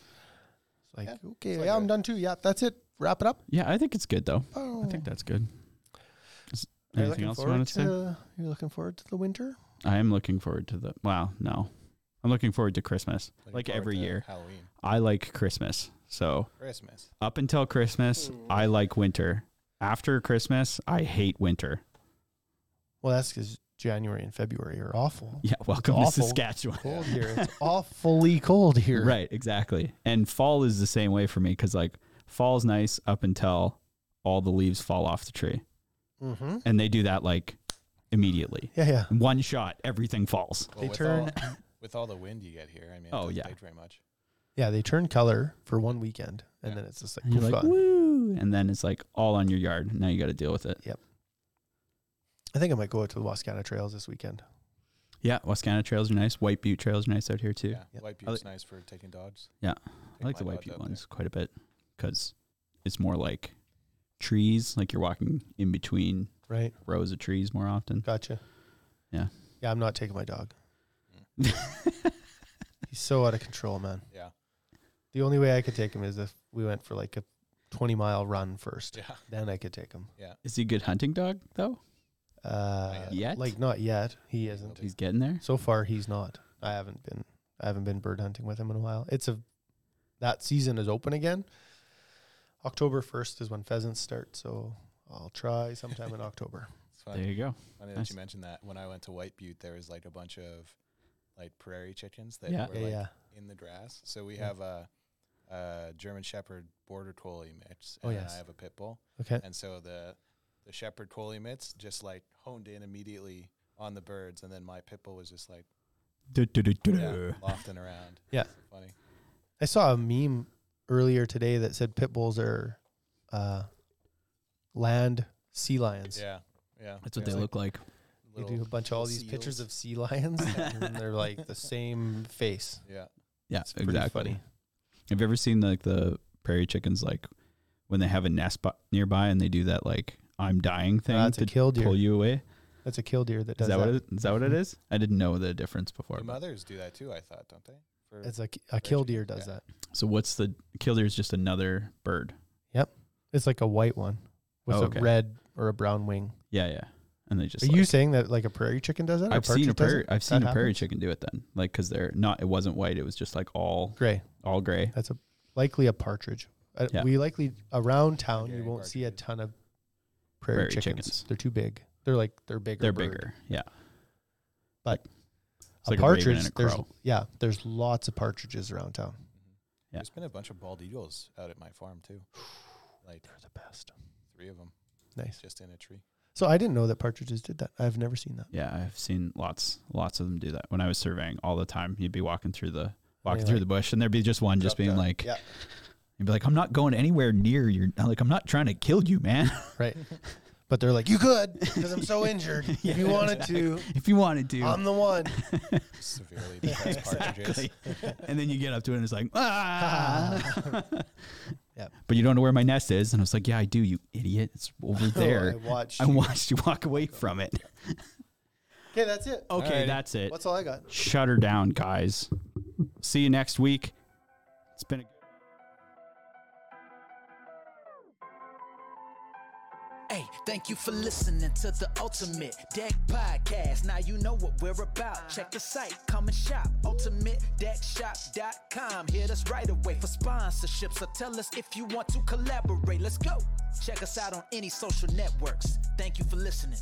[SPEAKER 3] like,
[SPEAKER 4] Yeah,
[SPEAKER 3] okay,
[SPEAKER 4] it's like
[SPEAKER 3] yeah, I'm
[SPEAKER 4] a-
[SPEAKER 3] done too. Yeah, that's it. Wrap it up.
[SPEAKER 2] Yeah, I think it's good though.
[SPEAKER 3] Oh.
[SPEAKER 2] I think that's good. Is-
[SPEAKER 3] Are you
[SPEAKER 2] Anything
[SPEAKER 3] looking
[SPEAKER 2] else you
[SPEAKER 3] forward
[SPEAKER 2] wanted to say?
[SPEAKER 3] You're looking forward to the winter?
[SPEAKER 2] I am looking forward to the. Wow, no, I'm looking forward to Christmas.
[SPEAKER 4] Looking
[SPEAKER 2] Like
[SPEAKER 4] forward
[SPEAKER 2] every
[SPEAKER 4] to
[SPEAKER 2] year,
[SPEAKER 4] Halloween,
[SPEAKER 2] I like Christmas. So
[SPEAKER 4] Christmas.
[SPEAKER 2] up until Christmas, I
[SPEAKER 3] Hmm.
[SPEAKER 2] like winter. After Christmas, I hate winter.
[SPEAKER 3] Well, that's because January and February are awful.
[SPEAKER 2] Yeah, welcome to
[SPEAKER 3] awful.
[SPEAKER 2] Saskatchewan.
[SPEAKER 3] Cold here. It's awfully cold here.
[SPEAKER 2] Right, exactly. And fall is the same way for me because like fall's nice up until all the leaves fall off the tree,
[SPEAKER 3] Mm-hmm.
[SPEAKER 2] and they do that like immediately,
[SPEAKER 3] Yeah, yeah.
[SPEAKER 2] one shot, everything falls.
[SPEAKER 4] Well,
[SPEAKER 3] They
[SPEAKER 4] with
[SPEAKER 3] turn-
[SPEAKER 4] all, with all the wind you get here. I mean, it
[SPEAKER 2] Oh,
[SPEAKER 4] doesn't
[SPEAKER 2] yeah.
[SPEAKER 4] take very much.
[SPEAKER 3] Yeah, they turn color for one weekend and
[SPEAKER 4] Yeah.
[SPEAKER 3] then it's just like,
[SPEAKER 2] And you're
[SPEAKER 3] poof,
[SPEAKER 2] like,
[SPEAKER 3] gone. Hmm.
[SPEAKER 2] woo, and then it's like all on your yard. and Now you got to deal with it.
[SPEAKER 3] I think I might go out to the Wascana Trails this weekend.
[SPEAKER 2] Yeah, Wascana trails are nice. White Butte trails are nice out here too.
[SPEAKER 4] Yeah,
[SPEAKER 3] Yep.
[SPEAKER 4] White
[SPEAKER 2] I
[SPEAKER 4] Butte's
[SPEAKER 2] like-
[SPEAKER 4] nice for taking dogs.
[SPEAKER 2] Yeah.
[SPEAKER 4] Take
[SPEAKER 2] I like the
[SPEAKER 4] my
[SPEAKER 2] White
[SPEAKER 4] dogs
[SPEAKER 2] Butte
[SPEAKER 4] out there.
[SPEAKER 2] ones quite a bit because it's more like trees. Like you're walking in between
[SPEAKER 3] Right.
[SPEAKER 2] rows of trees more often.
[SPEAKER 3] Gotcha.
[SPEAKER 2] Yeah.
[SPEAKER 3] Yeah, I'm not taking my dog. He's so out of control, man.
[SPEAKER 4] Yeah,
[SPEAKER 3] The only way I could take him is if we went for like a 20 mile run first.
[SPEAKER 4] yeah.
[SPEAKER 3] Then I could take him.
[SPEAKER 2] Is he a good hunting dog though?
[SPEAKER 3] Uh,
[SPEAKER 4] Not
[SPEAKER 2] yet?
[SPEAKER 3] Like, not yet. He isn't.
[SPEAKER 2] He's getting there.
[SPEAKER 3] So far, he's not. I haven't been. I haven't been bird hunting with him in a while. It's a that season is open again. October first is when pheasants start, so I'll try sometime in October.
[SPEAKER 4] It's fun.
[SPEAKER 2] There you go.
[SPEAKER 4] Funny
[SPEAKER 2] Nice.
[SPEAKER 4] that you mentioned that. When I went to White Butte, there was like a bunch of like prairie chickens that
[SPEAKER 2] Yeah.
[SPEAKER 4] were
[SPEAKER 3] Yeah,
[SPEAKER 4] like
[SPEAKER 3] yeah.
[SPEAKER 4] in the grass. So we
[SPEAKER 3] Yeah.
[SPEAKER 4] have a, a German Shepherd Border Collie mix,
[SPEAKER 3] Oh,
[SPEAKER 4] and then
[SPEAKER 3] yes.
[SPEAKER 4] I have a pit bull.
[SPEAKER 3] Okay.
[SPEAKER 4] And so the the Shepherd Collie mitts just like honed in immediately on the birds, and then my pit bull was just like yeah, lofting around.
[SPEAKER 3] Yeah.
[SPEAKER 4] It's funny.
[SPEAKER 3] I saw a meme earlier today that said pit bulls are uh, land sea lions.
[SPEAKER 4] Yeah, yeah.
[SPEAKER 2] That's what
[SPEAKER 4] Yeah.
[SPEAKER 2] they look like.
[SPEAKER 3] They
[SPEAKER 4] Little-
[SPEAKER 3] do a bunch of all these
[SPEAKER 4] little
[SPEAKER 3] pictures
[SPEAKER 4] seals.
[SPEAKER 3] of sea lions, and they're like the same face.
[SPEAKER 4] Yeah,
[SPEAKER 2] Yeah,
[SPEAKER 3] It's pretty
[SPEAKER 2] exactly.
[SPEAKER 3] funny.
[SPEAKER 2] Have you ever seen like the prairie chickens like when they have a nest bu- nearby and they do that like I'm dying thing
[SPEAKER 3] that's a
[SPEAKER 2] to
[SPEAKER 3] killdeer.
[SPEAKER 2] pull you away?
[SPEAKER 3] That's a killdeer that
[SPEAKER 2] Is
[SPEAKER 3] does
[SPEAKER 2] that,
[SPEAKER 3] that.
[SPEAKER 2] what it, is that what it is? I didn't know the difference before.
[SPEAKER 4] the
[SPEAKER 2] but-
[SPEAKER 4] mothers do that too. I thought, don't they? For
[SPEAKER 3] It's like a killdeer does
[SPEAKER 4] Yeah.
[SPEAKER 3] that.
[SPEAKER 2] So what's the killdeer is just another bird.
[SPEAKER 3] It's like a white one with
[SPEAKER 2] Oh, okay.
[SPEAKER 3] a red or a brown wing.
[SPEAKER 2] Yeah, yeah. And they just
[SPEAKER 3] Are
[SPEAKER 2] like-
[SPEAKER 3] you saying that like a prairie chicken does that? or
[SPEAKER 2] I've seen a
[SPEAKER 3] partridge does
[SPEAKER 2] prairie
[SPEAKER 3] it?
[SPEAKER 2] I've seen
[SPEAKER 3] That
[SPEAKER 2] a prairie
[SPEAKER 3] happens?
[SPEAKER 2] chicken do it then. Like cuz they're not it wasn't white, it was just like all
[SPEAKER 3] Gray.
[SPEAKER 2] all gray.
[SPEAKER 3] That's a likely a partridge. Uh,
[SPEAKER 2] Yeah.
[SPEAKER 3] We likely around town you
[SPEAKER 4] Gary
[SPEAKER 3] won't see a
[SPEAKER 4] partridges.
[SPEAKER 3] ton of prairie,
[SPEAKER 2] Prairie
[SPEAKER 3] chickens.
[SPEAKER 2] chickens.
[SPEAKER 3] They're too big. They're like they're bigger.
[SPEAKER 2] They're
[SPEAKER 3] bird.
[SPEAKER 2] bigger. Yeah.
[SPEAKER 3] But
[SPEAKER 2] It's like
[SPEAKER 3] a
[SPEAKER 2] a raven
[SPEAKER 3] partridge.
[SPEAKER 2] and a
[SPEAKER 3] there's
[SPEAKER 2] crow.
[SPEAKER 3] yeah. There's lots of partridges around town.
[SPEAKER 2] Yeah.
[SPEAKER 4] Mm-hmm. There's been a bunch of bald eagles out at my farm too. Like
[SPEAKER 3] They're the best.
[SPEAKER 4] three of them
[SPEAKER 3] Nice.
[SPEAKER 4] just in a tree.
[SPEAKER 3] So I didn't know that partridges did that. I've never seen that.
[SPEAKER 2] Yeah, I've seen lots, lots of them do that. When I was surveying all the time, you'd be walking through the walking
[SPEAKER 3] you're
[SPEAKER 2] through
[SPEAKER 3] like,
[SPEAKER 2] the bush, and there'd be just one just
[SPEAKER 4] Drop
[SPEAKER 2] being
[SPEAKER 4] down.
[SPEAKER 2] like,
[SPEAKER 3] Yeah.
[SPEAKER 2] you'd be like, I'm not going anywhere near your, like, I'm not trying to kill you, man.
[SPEAKER 3] Right. but they're like, you could because I'm so injured.
[SPEAKER 2] Yeah,
[SPEAKER 3] if you wanted
[SPEAKER 2] if you wanted to,
[SPEAKER 3] to, I'm the one.
[SPEAKER 4] Severely depressed partridges.
[SPEAKER 2] exactly. and then you get up to it, and it's like, ah.
[SPEAKER 3] Yep.
[SPEAKER 2] But you don't know where my nest is, and I was like, yeah, I do, you idiot. It's over
[SPEAKER 3] Oh, I
[SPEAKER 2] there.
[SPEAKER 3] watched.
[SPEAKER 2] I watched you walk away from it.
[SPEAKER 3] okay, that's it.
[SPEAKER 2] Okay,
[SPEAKER 4] Alrighty.
[SPEAKER 2] that's it.
[SPEAKER 3] That's all I got.
[SPEAKER 2] Shut her down, guys. See you next week. It's been a
[SPEAKER 1] Hey, thank you for listening to the Ultimate Deck Podcast. Now you know what we're about. Check the site, come and shop. UltimateDeckShop.com. Hit us right away for sponsorships or tell us if you want to collaborate. Let's go. Check us out on any social networks. Thank you for listening.